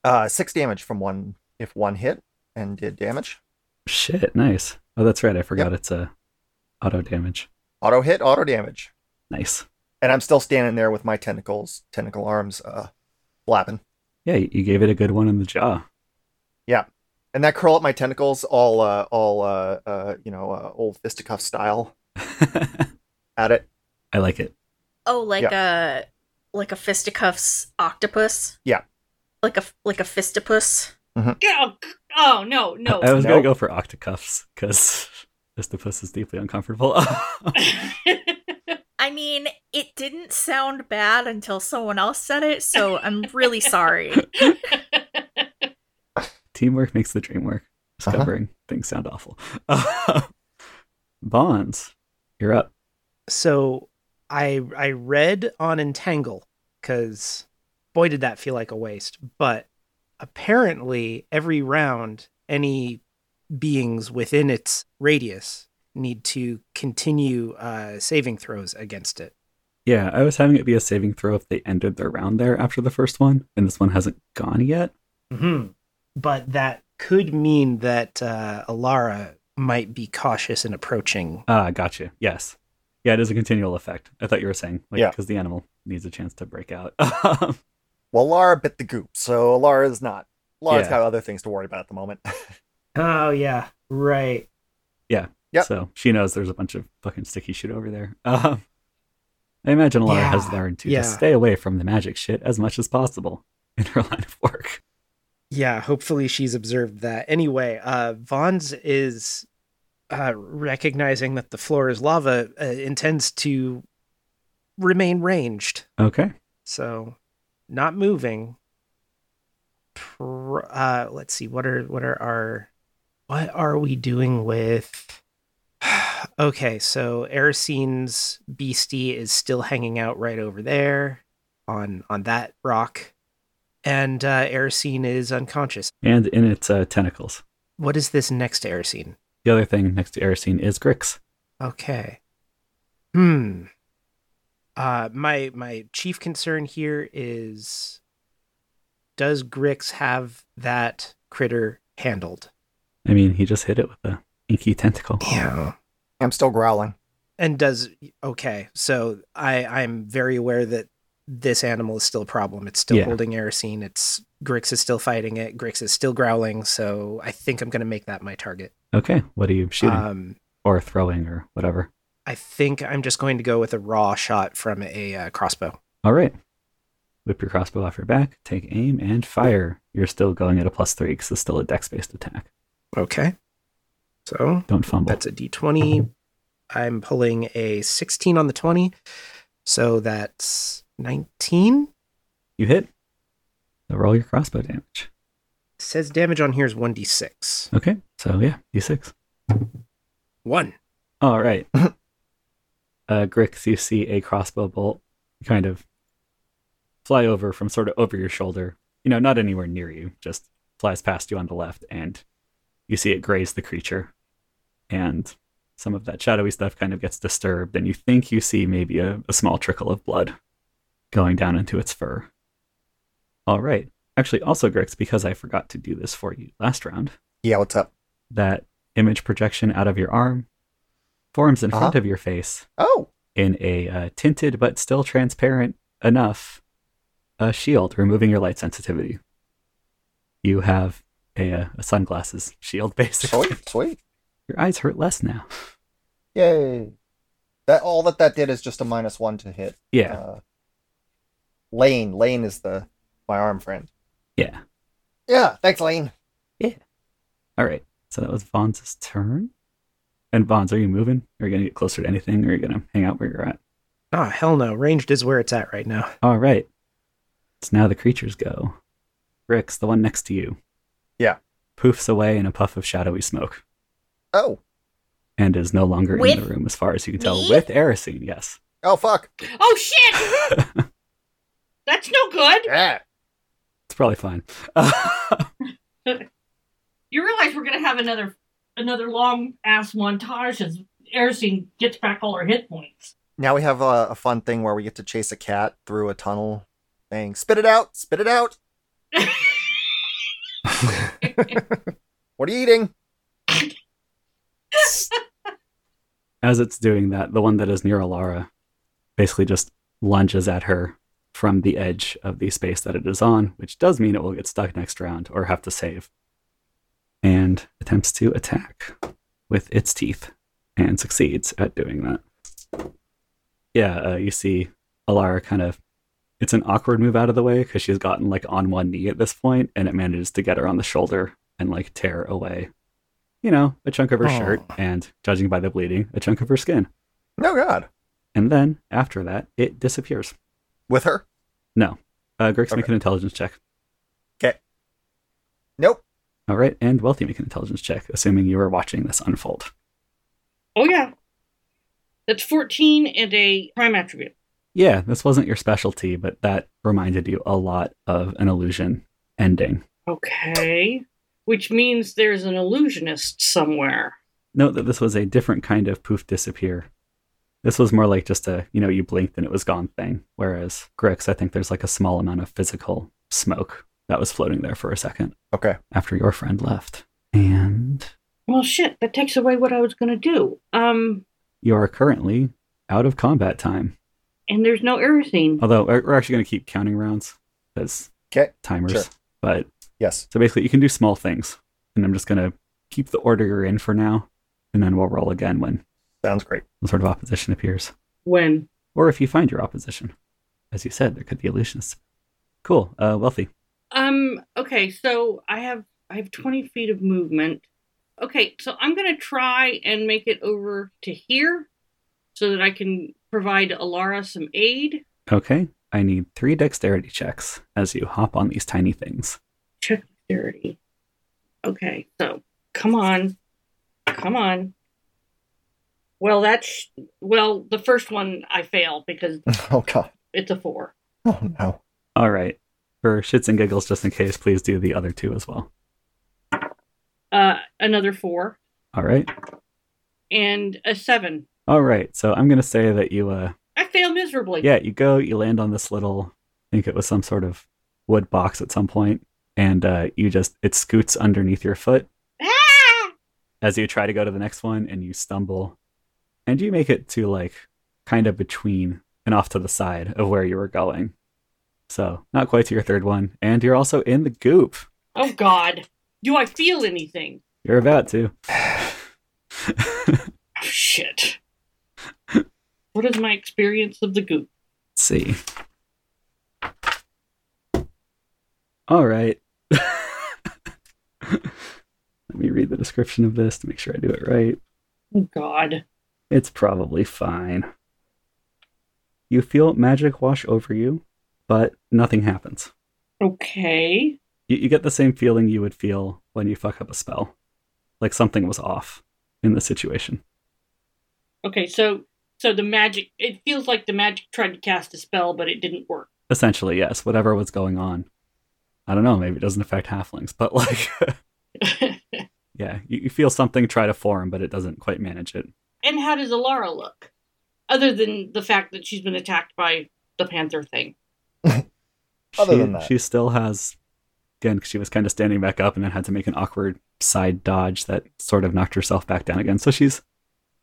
S5: Uh, six damage from one if one hit and did damage.
S1: Shit, nice. Oh, that's right. I forgot it's a auto damage.
S5: Auto hit, auto damage.
S1: Nice.
S5: And I'm still standing there with my tentacles, tentacle arms, uh, flapping.
S1: Yeah, you you gave it a good one in the jaw.
S5: And that curl up my tentacles, all, uh, all, uh, uh, you know, uh, old fisticuff style
S1: I
S5: at it.
S1: like it.
S3: Oh, like a like a fisticuffs octopus.
S5: Yeah.
S3: Like a like a fistipus.
S4: Yeah, oh, c- oh, no, no.
S1: I, I was gonna
S5: Nope.
S1: go for octocuffs because Istapus is deeply uncomfortable.
S3: I mean, it didn't sound bad until someone else said it, so I'm really sorry.
S1: Teamwork makes the dream work. Discovering things sound awful. Bonds, you're up.
S2: So I I read on Entangle because boy did that feel like a waste. But apparently every round any beings within its radius need to continue uh, saving throws against it.
S1: Yeah, I was having it be a saving throw if they ended their round there after the first one, and this one hasn't gone yet.
S2: Mm-hmm. But that could mean that uh, Alara might be cautious in approaching.
S1: Ah, gotcha. Yes. Yeah, it is a continual effect. I thought you were saying, like,
S5: Yeah.
S1: because the animal needs a chance to break out.
S5: Well, Lara bit the goop, so Lara's not. Lara's
S1: Yeah.
S5: got other things to worry about at the moment.
S2: Oh yeah, right.
S5: Yep.
S1: So she knows there's a bunch of fucking sticky shit over there. Um, I imagine Lara
S2: Yeah,
S1: has learned to
S2: yeah.
S1: just stay away from the magic shit as much as possible in her line of work.
S2: Yeah, hopefully she's observed that. Anyway, uh Vons is uh recognizing that the floor is lava uh, intends to remain ranged.
S1: Okay.
S2: So, not moving. Pr- uh let's see what are what are our what are we doing with Okay, so Erisine's beastie is still hanging out right over there on on that rock, and uh, Erisine is unconscious.
S1: and in its uh, tentacles.
S2: What is this next to Ericine?
S1: The other thing next to Erosine is Grix.
S2: Okay. Hmm. Uh, my my chief concern here is, does Grix have that critter handled?
S1: I mean, he just hit it with a inky tentacle.
S2: Yeah.
S5: I'm still growling.
S2: and does okay so i i'm very aware that this animal is still a problem it's still
S1: Yeah.
S2: holding erosine it's grix is still fighting it grix is still growling so i think i'm going to make that my target
S1: Okay, what are you shooting
S2: um
S1: or throwing or whatever?
S2: i think i'm just going to go with a raw shot from a uh, crossbow
S1: All right. Whip your crossbow off your back, take aim, and fire. You're still going at a plus three because it's still a dex based attack.
S2: okay so
S1: Don't fumble.
S2: that's a d20 i'm pulling a 16 on the 20 so that's 19
S1: you hit. So roll your crossbow damage.
S2: says damage on here is 1d6
S1: Okay, so yeah, d6.
S2: 1
S1: All Oh, right. uh, Grix, you see a crossbow bolt kind of fly over from sort of over your shoulder. You know, not anywhere near you, just flies past you on the left, and you see it graze the creature. And some of that shadowy stuff kind of gets disturbed, and you think you see maybe a, a small trickle of blood going down into its fur. All right. Actually, also, Grix, because I forgot to do this for you last round,
S5: Yeah, what's up?
S1: that image projection out of your arm forms in front
S5: Uh-huh.
S1: of your face
S5: Oh,
S1: in a uh, tinted but still transparent enough uh, shield, removing your light sensitivity. You have a, uh, a sunglasses shield, basically.
S5: sweet, sweet.
S1: Your eyes hurt less now.
S5: Yay. That all that that did is just a minus one to hit.
S1: Yeah,
S5: Uh, Lane, Lane is the my arm friend.
S1: yeah.
S5: Yeah, thanks, Lane.
S1: All right. So that was Vaughn's turn. And Vaughn's, are you moving? Are you going to get closer to anything? Or are you going to hang out where you're at?
S2: Ah, hell no. Ranged is where it's at right now.
S1: All right. It's now the creatures go. Rick's the one next to you.
S5: Yeah.
S1: Poofs away in a puff of shadowy smoke
S5: Oh,
S1: and is no longer in
S3: With
S1: the room, as far as you can tell,
S3: me?
S1: with Erisine, yes.
S5: oh fuck.
S4: Oh shit! That's no good.
S5: Yeah.
S1: It's probably fine.
S4: You realize we're gonna have another another long ass montage as Erosine gets back all her hit points.
S5: Now we have a, a fun thing where we get to chase a cat through a tunnel thing. Spit it out! Spit it out! What are you eating?
S1: as it's doing that, the one that is near Alara basically just lunges at her from the edge of the space that it is on, which does mean it will get stuck next round or have to save. And attempts to attack with its teeth and succeeds at doing that. Yeah, uh, you see Alara kind of. It's an awkward move out of the way because she's gotten like on one knee at this point, and it manages to get her on the shoulder and like tear away, you know, a chunk of her
S2: Aw.
S1: shirt and, judging by the bleeding, a chunk of her skin.
S5: No god.
S1: And then after that, it disappears.
S5: With her?
S1: Uh, Grix, make
S5: Okay.
S1: an intelligence check.
S5: Nope.
S1: All right, and Wealthy, make an intelligence check, assuming you were watching this unfold.
S4: Oh yeah. That's fourteen and a prime attribute.
S1: Yeah, this wasn't your specialty, but that reminded you a lot of an illusion ending.
S4: Okay. Which means there's an illusionist somewhere.
S1: Note that this was a different kind of poof disappear. This was more like just a, you know, you blinked and it was gone thing. Whereas Grix, I think there's like a small amount of physical smoke that was floating there for a second
S5: Okay.
S1: after your friend left. And
S4: Well shit, that takes away what I was gonna do. Um
S1: you are currently out of combat time.
S4: and there's no Erosine.
S1: Although we're we're actually going to keep counting rounds as
S5: Okay.
S1: timers.
S5: Sure.
S1: But
S5: Yes.
S1: so basically, you can do small things, and I'm just going to keep the order you're in for now, and then we'll roll again when
S5: Sounds great.
S1: some sort of opposition appears,
S4: When?
S1: or if you find your opposition. As you said, there could be illusionists. Cool. Uh, wealthy.
S4: Um. Okay. So I have I have twenty feet of movement. Okay. So I'm gonna try and make it over to here, so that I can provide Alara some aid.
S1: Okay. I need three dexterity checks as you hop on these tiny things.
S4: Check thirty. Okay. So come on, come on. Well, that's well. The first one I failed because
S5: Oh god.
S4: it's a four.
S5: Oh no.
S1: All right. For shits and giggles, just in case, please do the other two as well.
S4: Uh, another four
S1: All right.
S4: and a seven.
S1: All right. So I'm going to say that you, uh,
S4: I fail miserably.
S1: yeah, you go, you land on this little, I think it was some sort of wood box at some point, and uh, you just, it scoots underneath your foot
S4: Ah!
S1: as you try to go to the next one and you stumble and you make it to like kind of between and off to the side of where you were going. So not quite to your third one. And you're also in the goop.
S4: Oh God. Do I feel anything?
S1: You're about to.
S4: Oh, shit. what is my experience of the goop?
S1: Let's see. All right. Let me read the description of this to make sure I do it right.
S4: Oh God.
S1: It's probably fine. You feel magic wash over you, but nothing happens.
S4: Okay.
S1: You, you get the same feeling you would feel when you fuck up a spell, like something was off in the situation.
S4: Okay. So so the magic. It feels like the magic tried to cast a spell, but it didn't work.
S1: Essentially, yes, whatever was going on. I don't know, maybe it doesn't affect halflings, but like. yeah, you, you feel something try to form, but it doesn't quite manage it.
S4: and how does Alara look? Other than the fact that she's been attacked by the panther thing.
S5: Other
S1: she,
S5: than that.
S1: she still has, again, 'cause she was kind of standing back up and then had to make an awkward side dodge that sort of knocked herself back down again. So she's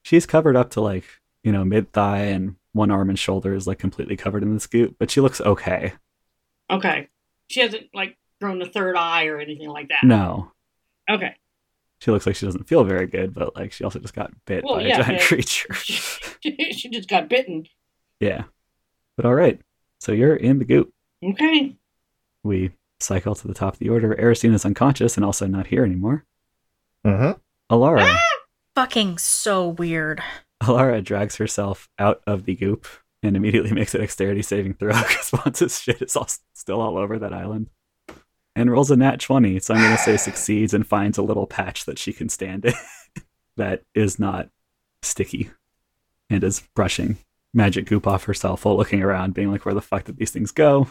S1: she's covered up to like you know mid thigh and one arm and shoulder is like completely covered in the scoop, but she looks okay.
S4: Okay. She hasn't like grown a third eye or anything like that.
S1: No,
S4: Okay.
S1: she looks like she doesn't feel very good, but like she also just got bit
S4: Well,
S1: by
S4: yeah,
S1: a giant
S4: but-
S1: creature.
S4: she just got bitten.
S1: yeah, but all right. So you're in the goop.
S4: Okay.
S1: We cycle to the top of the order. Aristine is unconscious and also not here anymore.
S5: Mm-hmm.
S1: Alara.
S3: Fucking so weird.
S1: Alara drags herself out of the goop and immediately makes a dexterity saving throw because Monza's shit is all, still all over that island. And rolls a nat 20, so I'm going to say succeeds and finds a little patch that she can stand in that is not sticky and is brushing magic goop off herself while looking around, being like, where the fuck did these things go?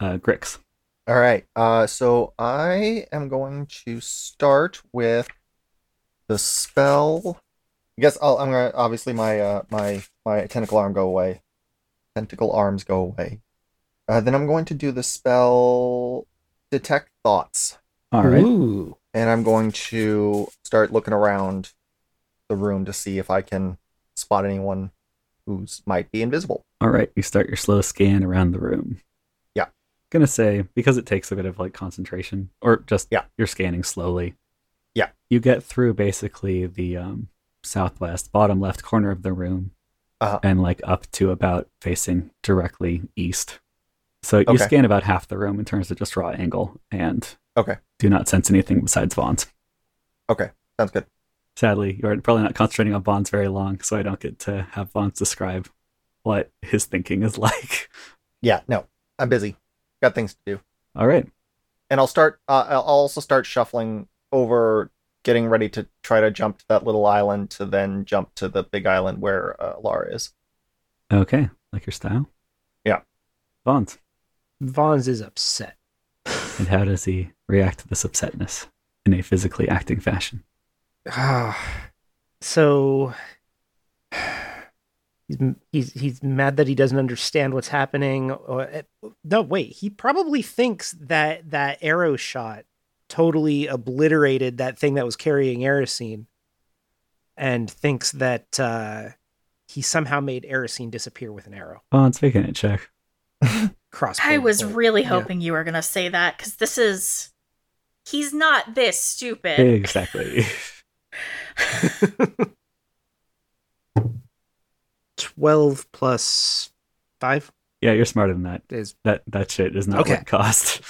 S1: Uh, Grix.
S5: All right. Uh, so I am going to start with the spell. I guess I'll, I'm gonna obviously my uh my my tentacle arm go away. Tentacle arms go away. Uh, then I'm going to do the spell detect thoughts,
S1: All right.
S2: Ooh.
S5: and I'm going to start looking around the room to see if I can spot anyone who's might be invisible.
S1: All right, you start your slow scan around the room.
S5: Yeah.
S1: Gonna say, because it takes a bit of like concentration or just
S5: Yeah.
S1: you're scanning slowly.
S5: Yeah.
S1: You get through basically the um, southwest, bottom left corner of the room
S5: Uh-huh.
S1: and like up to about facing directly east. So you
S5: Okay.
S1: scan about half the room in terms of just raw angle and
S5: Okay.
S1: do not sense anything besides Vaughn's.
S5: Sounds good.
S1: Sadly, you're probably not concentrating on Vaughn's very long, so I don't get to have Vaughn's describe what his thinking is like.
S5: Yeah. No, I'm busy. Got things to do.
S1: All right.
S5: and I'll start. Uh, I'll also start shuffling over, getting ready to try to jump to that little island to then jump to the big island where uh, Lara is.
S1: Okay. Like your style?
S5: Yeah.
S1: Bonds.
S2: Vaughn's is upset.
S1: And how does he react to this upsetness in a physically acting fashion?
S2: Ah. so he's he's he's mad that he doesn't understand what's happening. Or eh, no, wait, he probably thinks that that arrow shot totally obliterated that thing that was carrying Erisine, and thinks that uh, he somehow made Erisine disappear with an arrow.
S1: Bonds, making it check.
S2: Cross.
S3: I was really
S2: Yeah.
S3: hoping you were going to say that because this is. He's not this stupid.
S1: Exactly.
S2: twelve plus five
S1: yeah, you're smarter than that.
S2: is
S1: That that shit is not
S2: Okay.
S1: what cost.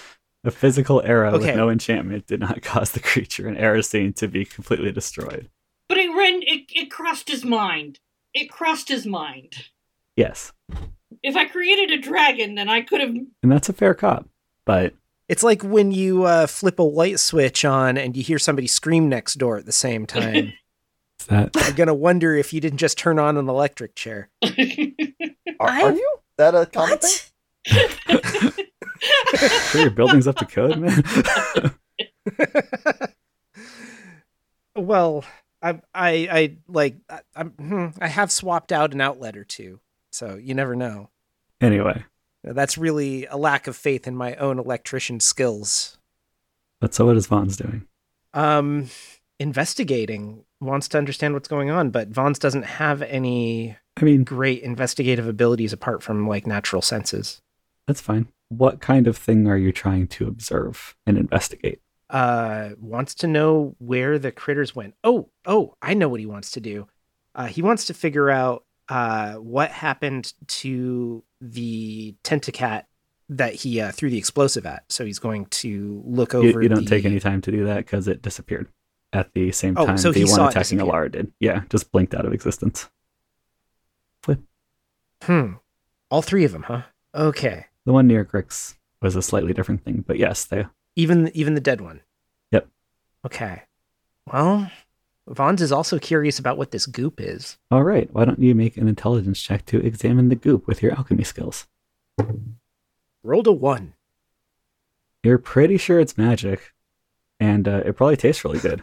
S1: A physical arrow with
S2: Okay.
S1: no enchantment did not cause the creature in Aristine to be completely destroyed.
S4: But it ran it, it crossed his mind. It crossed his mind.
S1: Yes.
S4: If I created a dragon, then I could have
S1: And that's a fair cop. But
S2: It's like when you uh, flip a light switch on and you hear somebody scream next door at the same time.
S1: It's that.
S2: I'm gonna wonder if you didn't just turn on an electric chair.
S5: Are, are
S3: I'm-
S5: you? Is that a common thing?
S3: What?
S1: Sure, your building's up to code, man.
S2: well, I, I, I like, I, I'm, hmm, I have swapped out an outlet or two, so you never know.
S1: anyway,
S2: That's really a lack of faith in my own electrician skills.
S1: but so what is Vaughn's doing?
S2: Um, investigating wants to understand what's going on, but Vons doesn't have any
S1: I mean,
S2: great investigative abilities apart from like natural senses.
S1: that's fine. What kind of thing are you trying to observe and investigate?
S2: uh wants to know where the critters went. Oh, oh, I know what he wants to do. Uh he wants to figure out uh what happened to the tentacat that he uh, threw the explosive at. So he's going to look over
S1: You, you don't
S2: the-
S1: take any time to do that because it disappeared at the same
S2: Oh,
S1: time
S2: so he
S1: the one
S2: saw it
S1: attacking
S2: disappear.
S1: Alara did. Yeah, just blinked out of existence.
S2: Hmm. All three of them, huh? Okay.
S1: The one near Grix was a slightly different thing, but yes, they
S2: Even even the dead one.
S1: Yep.
S2: Okay. Well, Vons is also curious about what this goop is.
S1: All right, why don't you make an intelligence check to examine the goop with your alchemy skills?
S2: Rolled a one.
S1: You're pretty sure it's magic, and uh, it probably tastes really good,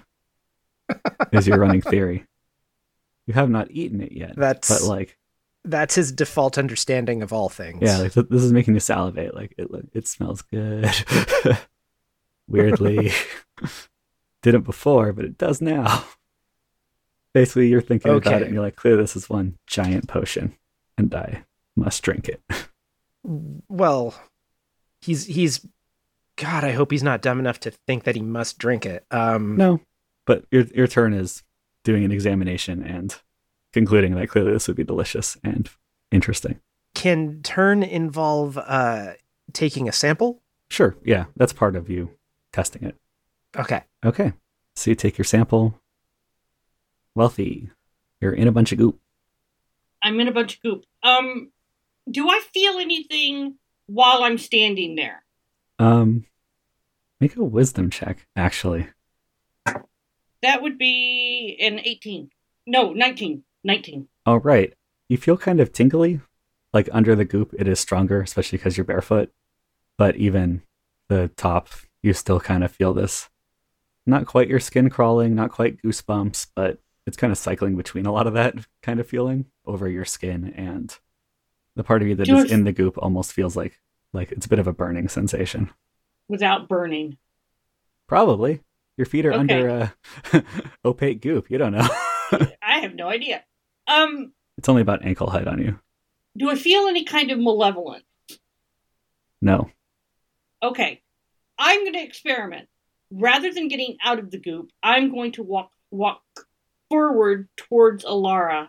S1: is your running theory. You have not eaten it yet,
S2: That's
S1: but like,
S2: that's his default understanding of all things.
S1: yeah, like th- this is making you salivate. Like, it, it smells good. Weirdly, didn't before, but it does now. Basically, you're thinking about
S2: Okay.
S1: it, and you're like, clear, this is one giant potion, and I must drink it.
S2: well he's he's god i hope he's not dumb enough to think that he must drink it um
S1: No, but your your turn is doing an examination and concluding that clearly this would be delicious and interesting.
S2: can turn involve uh taking a sample
S1: Sure, yeah, that's part of you testing it.
S2: okay
S1: Okay, so you take your sample. Wealthy, you're in a bunch of goop.
S4: I'm in a bunch of goop. Um, do I feel anything while I'm standing there?
S1: Um, make a wisdom check. Actually,
S4: That would be an 18. No, 19. 19.
S1: all Oh, right, you feel kind of tingly, like under the goop. It is stronger, especially because you're barefoot. But even the top, you still kind of feel this. Not quite your skin crawling, not quite goosebumps, but it's kind of cycling between a lot of that kind of feeling over your skin and the part of you that is
S4: George-
S1: in the goop almost feels like like it's a bit of a burning sensation.
S4: Without burning.
S1: Probably. Your feet are
S4: Okay.
S1: under uh, opaque goop. You don't know.
S4: I have no idea. Um,
S1: it's only about ankle height on you.
S4: do I feel any kind of malevolent?
S1: No.
S4: Okay. I'm going to experiment. Rather than getting out of the goop, I'm going to walk walk forward towards Alara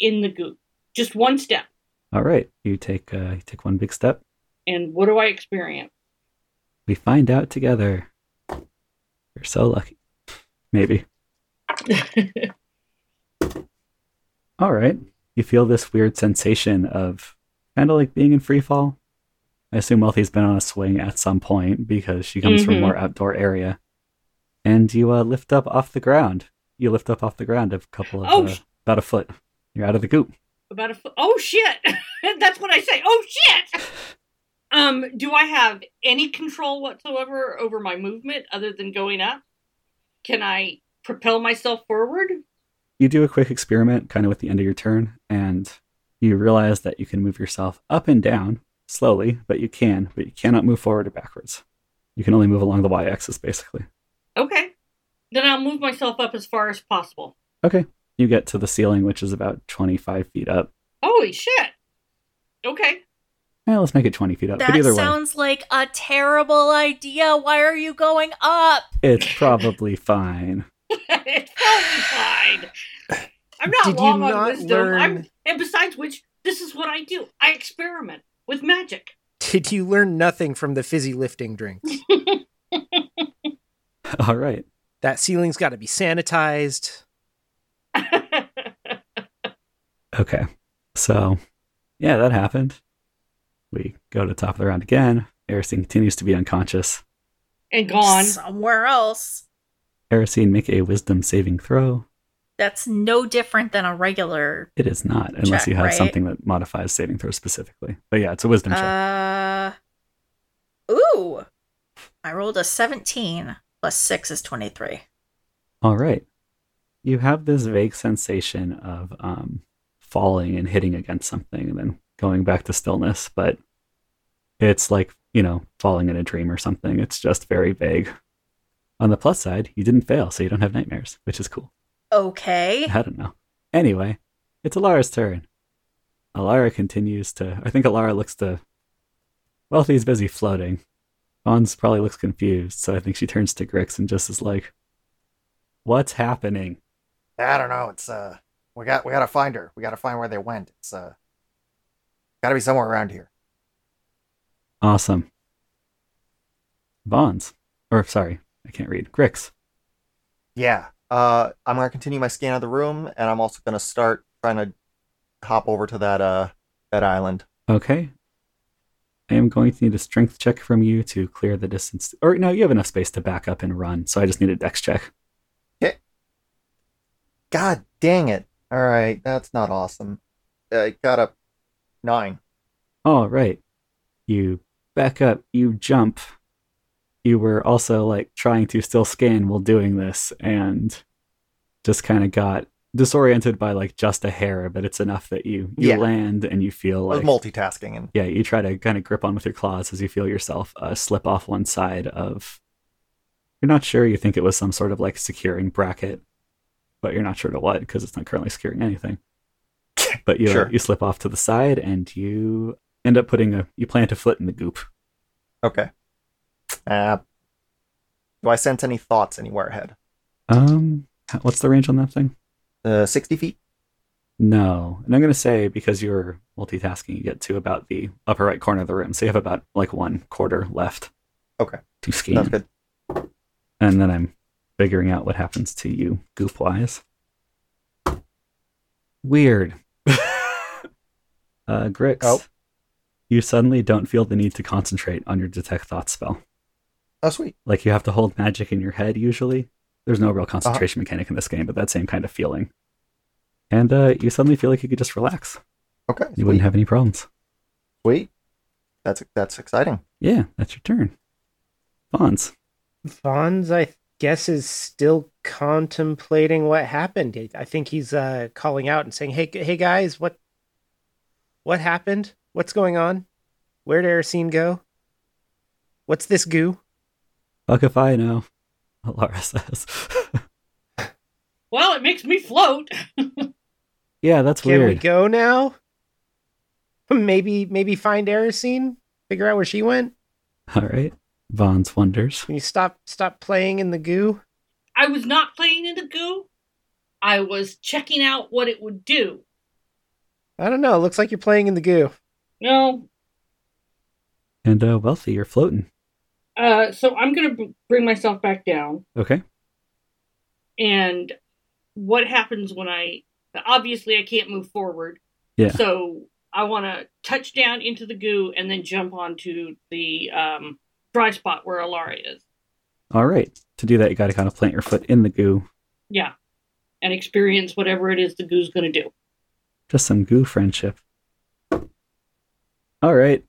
S4: in the goop. Just one step.
S1: All right. You take uh, you take one big step.
S4: And what do I experience?
S1: We find out together. You're so lucky. Maybe. All right. You feel this weird sensation of kind of like being in free fall. I assume Wealthy's been on a swing at some point because she comes from a
S4: Mhm.
S1: more outdoor area. And you uh, lift up off the ground. You lift up off the ground a couple of
S4: Oh,
S1: uh,
S4: sh-
S1: about a foot. You're out of the goop.
S4: about a foot. Oh shit! That's what I say. Oh shit! Um, do I have any control whatsoever over my movement other than going up? Can I propel myself forward?
S1: you do a quick experiment kind of at the end of your turn and you realize that you can move yourself up and down slowly but you can but you cannot move forward or backwards you can only move along the y-axis basically
S4: Okay. Then I'll move myself up as far as possible.
S1: you get to the ceiling which is about 25 feet up
S4: Holy shit! Okay.
S1: well Eh, let's make it 20 feet up but
S3: That
S1: either
S3: sounds like a terrible idea. Why are you going up?
S1: way it's probably fine
S4: it's totally fine. I'm not
S2: Did you
S4: long on
S2: not
S4: wisdom.
S2: learn-
S4: I'm, and besides which, this is what I do. I experiment with magic.
S2: did you learn nothing from the fizzy lifting drinks
S1: all right
S2: that ceiling's got to be sanitized
S1: okay so yeah that happened we go to the top of the round again Erisine continues to be unconscious
S4: and gone.
S3: Somewhere else.
S1: Erisine make a wisdom saving throw
S3: That's no different than a regular.
S1: It is not, unless
S3: Check,
S1: you have
S3: right?
S1: something that modifies saving throws specifically. But yeah, it's a wisdom check.
S3: Uh, ooh, I rolled a seventeen plus six is twenty three. Uh,
S1: All right. You have this vague sensation of um, falling and hitting against something and then going back to stillness, but it's like, you know, falling in a dream or something. It's just very vague. On the plus side, you didn't fail, so you don't have nightmares, which is cool.
S3: Okay.
S1: I don't know. Anyway, it's Alara's turn. Alara continues to. I think Alara looks to. Wealthy's busy floating. Vaughn's probably looks confused, so I think she turns to Grix and just is like, What's happening?
S5: I don't know. It's uh, we got we gotta find her. We gotta find where they went. It's uh, gotta be somewhere around here.
S1: Awesome. Vaughn's. Or, sorry, I can't read. Grix.
S5: Yeah. Uh, I'm gonna continue my scan of the room, and I'm also gonna start trying to hop over to that uh that island.
S1: Okay. I am going to need a strength check from you to clear the distance. Or, no, you have enough space to back up and run, so I just need a dex check.
S5: God dang it! All right, that's not awesome. I got a nine.
S1: All right. You back up, you jump. You were also like trying to still scan while doing this and just kind of got disoriented by like just a hair, but it's enough that you you
S5: Yeah.
S1: land and you feel
S5: I was
S1: like
S5: multitasking, and
S1: yeah, you try to kind of grip on with your claws as you feel yourself uh, slip off one side of. You're not sure. You think it was some sort of like securing bracket, but you're not sure to what because it's not currently securing anything. But you uh,
S5: Sure.
S1: you slip off to the side and you end up putting a you plant a foot in the goop.
S5: okay. Uh, do I sense any thoughts anywhere ahead?
S1: Um, h- what's the range on that thing?
S5: Uh, sixty feet.
S1: No, and I'm gonna say because you're multitasking, you get to about the upper right corner of the room, so you have about like one quarter left.
S5: Okay.
S1: To scan.
S5: That's good.
S1: and then I'm figuring out what happens to you goop wise. Weird. uh, Grix,
S5: Oh.
S1: you suddenly don't feel the need to concentrate on your detect thought spell.
S5: Oh, sweet.
S1: Like you have to hold magic in your head usually. There's no
S2: Uh-huh.
S1: real concentration mechanic in this game, but that same kind of feeling. And uh, you suddenly feel like you could just relax.
S5: Okay.
S1: You wouldn't have any problems.
S5: Sweet. That's that's exciting.
S1: Yeah, that's your turn. Bonds.
S2: Vons, I guess, is still contemplating what happened. I- I think he's uh, calling out and saying, "Hey, g- hey, guys, what, what happened? What's going on? Where did Erosine go? What's this goo?"
S1: Fuck if I know. Lara says.
S4: Well, it makes me float.
S1: yeah, that's
S2: Can
S1: weird.
S2: we go now? Maybe, maybe find Erosine, figure out where she went.
S1: All right. Vaughn's wonders.
S2: Can you stop, stop playing in the goo?
S4: I was not playing in the goo. I was checking out what it would do.
S2: I don't know. It looks like you're playing in the goo.
S4: No.
S1: And uh, Wealthy, you're floating.
S4: Uh, so I'm going to b- bring myself back down.
S1: Okay.
S4: And what happens when I. Obviously, I can't move forward.
S1: Yeah.
S4: So I want to touch down into the goo and then jump onto the um, dry spot where Alara is.
S1: All right. To do that, you got to kind of plant your foot in the goo.
S4: Yeah. And experience whatever it is the goo's going to do.
S1: Just some goo friendship. All right.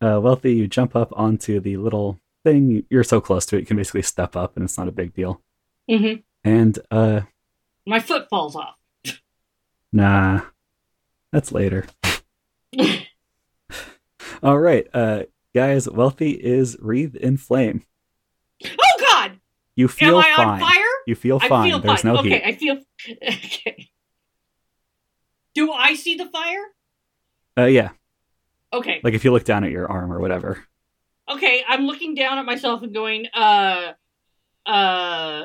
S1: Uh, Wealthy, you jump up onto the little thing. You're so close to it, you can basically step up, and it's not a big deal.
S4: hmm
S1: And uh,
S4: My foot falls off.
S1: nah, that's later. All right, uh, guys. Wealthy is wreathed in flame.
S4: Oh, God!
S1: You
S4: Am
S1: feel
S4: I on
S1: fine.
S4: fire?
S1: You feel
S4: I
S1: fine.
S4: feel
S1: There's
S4: fine.
S1: no
S4: okay,
S1: heat.
S4: I feel okay. Do I see the fire?
S1: Uh, yeah.
S4: Okay.
S1: Like if you look down at your arm or whatever.
S4: Okay, I'm looking down at myself and going, uh uh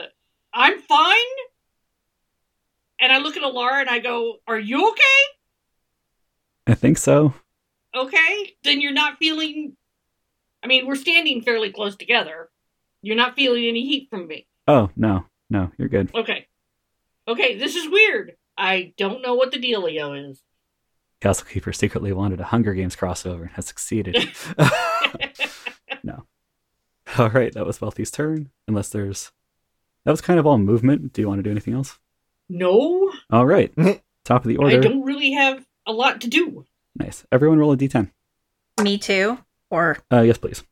S4: I'm fine. And I look at Alara and I go, Are you okay?
S1: I think so.
S4: Okay? Then you're not feeling I mean, we're standing fairly close together. You're not feeling any heat from me.
S1: Oh, no. No, you're good.
S4: Okay. Okay, this is weird. I don't know what the dealio is.
S1: Castlekeeper secretly wanted a Hunger Games crossover and has succeeded. all right, that was Wealthy's turn. Unless there's. That was kind of all movement. Do you want to do anything else?
S4: No,
S1: All right. Top of the
S4: I
S1: order.
S4: don't really have a lot to do.
S1: Nice. Everyone roll a d10.
S3: Me too. Or
S1: Uh, yes, please.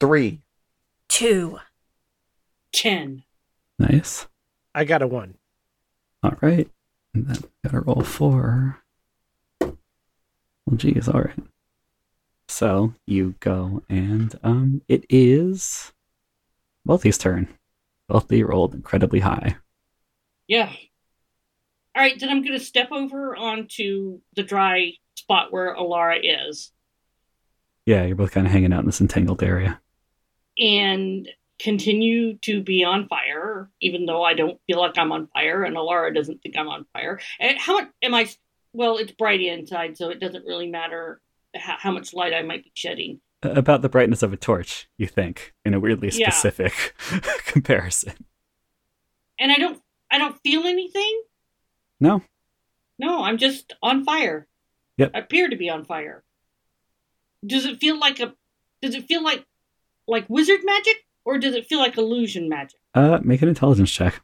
S5: Three.
S3: two.
S4: Ten.
S1: Nice.
S2: I got a one.
S1: All right. And then gotta roll four. Well, geez. All right. So you go, and um, it is Wealthy's turn. Wealthy rolled incredibly high.
S4: Yeah. All right, then I'm going to step over onto the dry spot where Alara is
S1: Yeah, you're both kind of hanging out in this entangled area.
S4: and continue to be on fire, even though I don't feel like I'm on fire and Alara doesn't think I'm on fire. And how much am I? Well, it's bright inside, so it doesn't really matter how, how much light I might be shedding.
S1: A- About the brightness of a torch, you think, in a weirdly
S4: Yeah.
S1: specific comparison.
S4: And I don't, I don't feel anything.
S1: No.
S4: No, I'm just on fire.
S1: Yep.
S4: I appear to be on fire. Does it feel like a does it feel like like wizard magic or does it feel like illusion magic?
S1: Uh, make an intelligence check.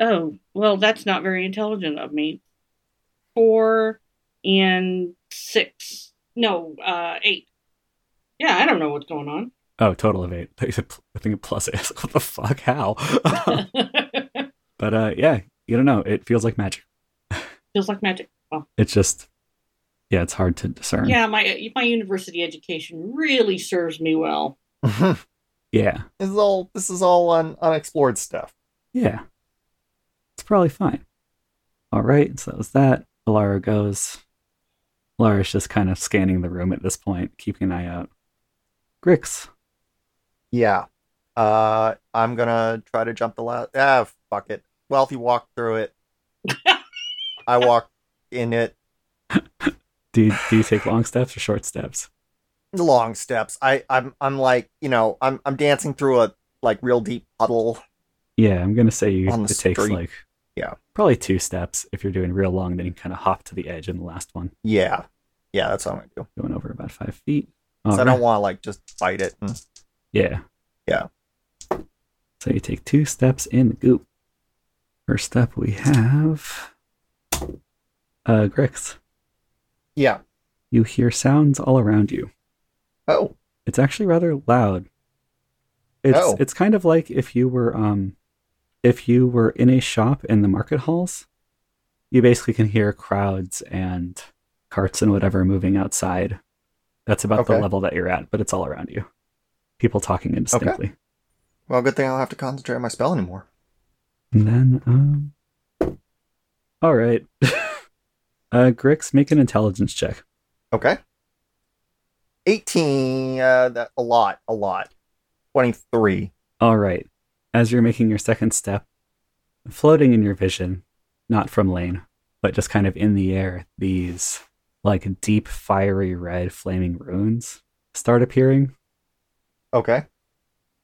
S4: Oh, well that's not very intelligent of me. 4 and 6. No, uh 8. Yeah, I don't know what's going on.
S1: Oh, total of eight. I think a plus eight. What the fuck? How? but uh, yeah, you don't know. It feels like magic.
S4: Feels like magic.
S1: It's just, yeah, it's hard to discern.
S4: Yeah, my my university education really serves me well.
S5: this
S1: yeah,
S5: is all this is all on unexplored stuff.
S1: yeah. It's probably fine. All right, so that was that. Alara goes. Alara's just kind of scanning the room at this point, keeping an eye out. Grix.
S5: Yeah. Uh I'm gonna try to jump the last ah fuck it. Wealthy walked through it. I walked in it.
S1: Do you, do you take long steps or short steps?
S5: Long steps. I, I'm I'm like, you know, I'm I'm dancing through a like real deep puddle.
S1: Yeah, I'm gonna say you,
S5: On
S1: it
S5: the
S1: takes
S5: street.
S1: like
S5: Yeah.
S1: probably two steps. If you're doing real long, then you kind of hop to the edge in the last one.
S5: Yeah. Yeah, that's what I'm gonna do.
S1: going over about five feet.
S5: 'Cause I
S1: All
S5: don't
S1: right.
S5: wanna like just fight it and
S1: yeah.
S5: Yeah.
S1: So you take two steps in the goop. First up, we have uh, Grix.
S5: Yeah.
S1: You hear sounds all around you.
S5: Oh.
S1: It's actually rather loud. It's
S5: Oh.
S1: it's kind of like if you were um if you were in a shop in the market halls, you basically can hear crowds and carts and whatever moving outside. That's about the
S5: Okay.
S1: level that you're at, but it's all around you. People talking indistinctly.
S5: Well good thing I don't have to concentrate on my spell anymore.
S1: And then um All right. uh Grix, make an intelligence check.
S5: Okay. 18 uh that, a lot, a lot. 23.
S1: All right. As you're making your second step, floating in your vision, not from lane, but just kind of in the air, these like deep, fiery red flaming runes start appearing.
S5: Okay.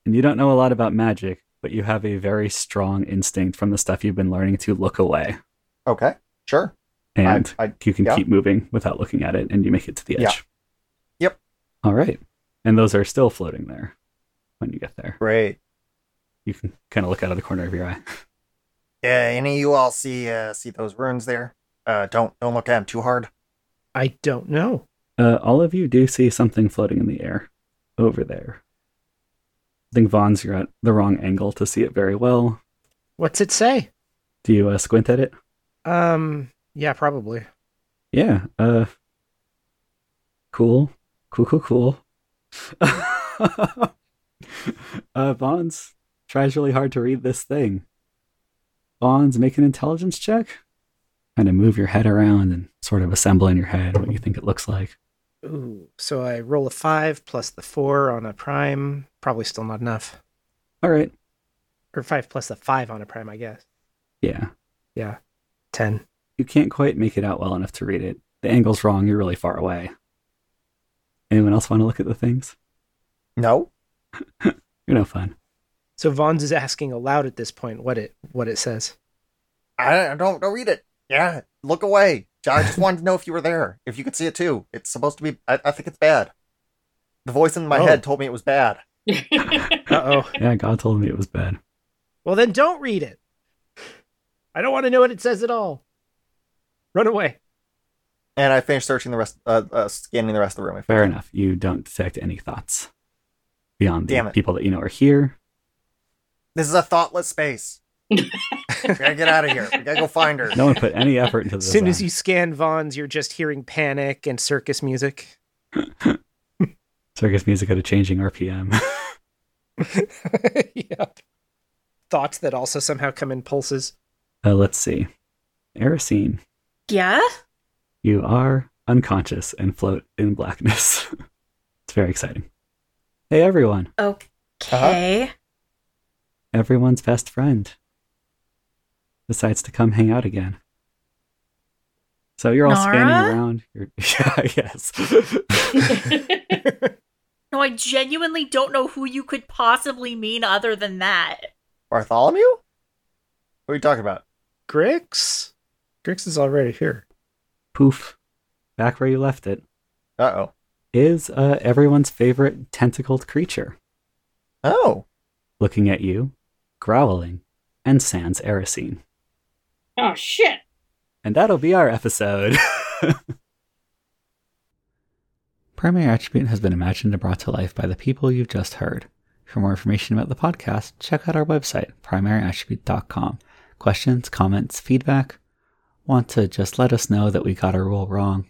S1: And you don't know a lot about magic, but you have a very strong instinct from the stuff you've been learning to look away.
S5: Okay. Sure. I-
S1: And
S5: I-
S1: you can
S5: yeah.
S1: keep moving without looking at it, and you make it to the edge.
S5: Yeah. Yep.
S1: All right. And those are still floating there when you get there.
S5: Great.
S1: You can kind of look out of the corner of your eye.
S5: Yeah, any of you all see uh, see those runes there? Uh, don't don't look at them too hard.
S2: I don't know.
S1: Uh, all of you do see something floating in the air over there. I think Vaughn's, you're at the wrong angle to see it very well.
S2: What's it say?
S1: Do you uh, squint at it?
S2: Um, yeah, probably.
S1: Yeah. Uh, cool. Cool, cool, cool. uh, Vaughn's tries really hard to read this thing. Vaughn's make an intelligence check. Kind of move your head around and sort of assemble in your head what you think it looks like.
S2: Ooh, so I roll a five plus the four on a prime. Probably still not enough.
S1: All right.
S2: Or five plus the five on a prime, I guess.
S1: Yeah.
S2: Ten.
S1: you can't quite make it out well enough to read it. The angle's wrong. You're really far away. Anyone else want to look at the things?
S5: No.
S1: You're no fun.
S2: So Vaughn's is asking aloud at this point what it what it says.
S5: I, I don't don't read it. Yeah, look away. I just wanted to know if you were there, if you could see it too. It's supposed to be. I, I think it's bad. The voice in my
S2: Oh.
S5: head told me it was bad.
S2: Uh oh.
S1: Yeah, God told me it was bad.
S2: well then don't read it. I don't want to know what it says at all. Run away.
S5: And I finish searching the rest, uh, uh, scanning the rest of the room. If I
S1: Fair
S5: can.
S1: enough. You don't detect any thoughts beyond the
S5: Damn it.
S1: people that you know are here.
S5: This is a thoughtless space. we gotta get out of here. We gotta go find her.
S1: No one put any effort into this.
S2: As soon as you scan Vaughn's, you're just hearing panic and circus music.
S1: circus music at a changing RPM.
S2: yep. Thoughts that also somehow come in pulses.
S1: uh, let's see. Erisine,
S3: Yeah?
S1: you are unconscious and float in blackness. it's very exciting. Hey everyone.
S3: Okay.
S1: Everyone's best friend decides to come hang out again. So you're all
S3: Nara?
S1: scanning around. You're, yeah, yes.
S3: No, I genuinely don't know who you could possibly mean other than that.
S5: Bartholomew? What are you talking about?
S2: Grix? Grix is already here.
S1: Poof. Back where you left it.
S5: Uh oh.
S1: is uh, everyone's favorite tentacled creature,
S5: Oh.
S1: looking at you, growling, and sans Erisine.
S4: oh shit!
S1: And that'll be our episode. Primary Attribute has been imagined and brought to life by the people you've just heard. For more information about the podcast, check out our website, primaryattribute.com. Questions, comments, feedback? Want to just let us know that we got our rule wrong?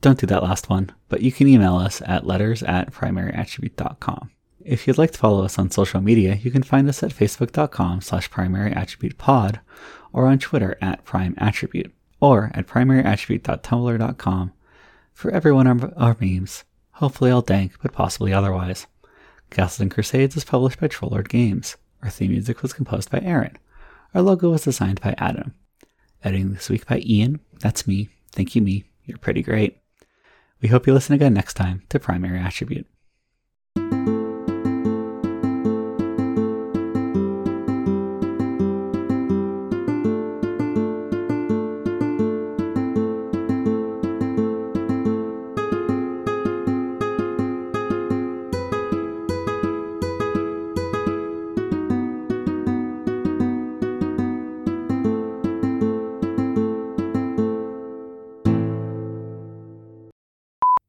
S1: Don't do that last one, but you can email us at letters at primaryattribute.com. If you'd like to follow us on social media, you can find us at facebook.com slash primaryattributepod or on Twitter at primeattribute or at primaryattribute.tumblr.com for every one of our memes, hopefully all dank, but possibly otherwise. Castles and Crusades is published by Trollord Games. Our theme music was composed by Aaron. Our logo was designed by Adam. Editing this week by Ian. That's me. Thank you, me. You're pretty great. We hope you listen again next time to Primary Attribute.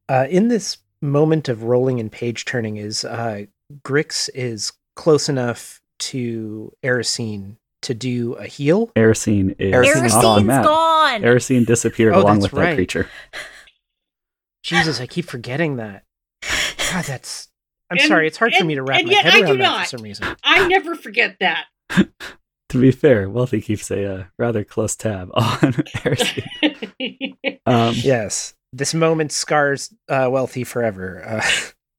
S2: Uh, in this moment of rolling and page turning is uh, Grix is close enough to Erisine to do a heal.
S1: Erosine is
S5: Erosine is
S1: off the
S3: Erosine's
S5: gone.
S1: map.
S3: gone.
S1: Erosine disappeared
S2: Oh,
S1: along
S2: that's
S1: with that
S2: right.
S1: creature.
S2: Jesus, I keep forgetting that. God, that's. I'm
S4: And-
S2: sorry, it's hard for
S4: and-
S2: me to wrap
S4: and
S2: my
S4: yet
S2: head
S4: I
S2: around
S4: do
S2: that
S4: not.
S2: for some reason.
S4: I never forget that.
S1: To be fair, Wealthy keeps a uh, rather close tab on Um, Erosine. Um,
S2: Yes, this moment scars uh, Wealthy forever. Uh,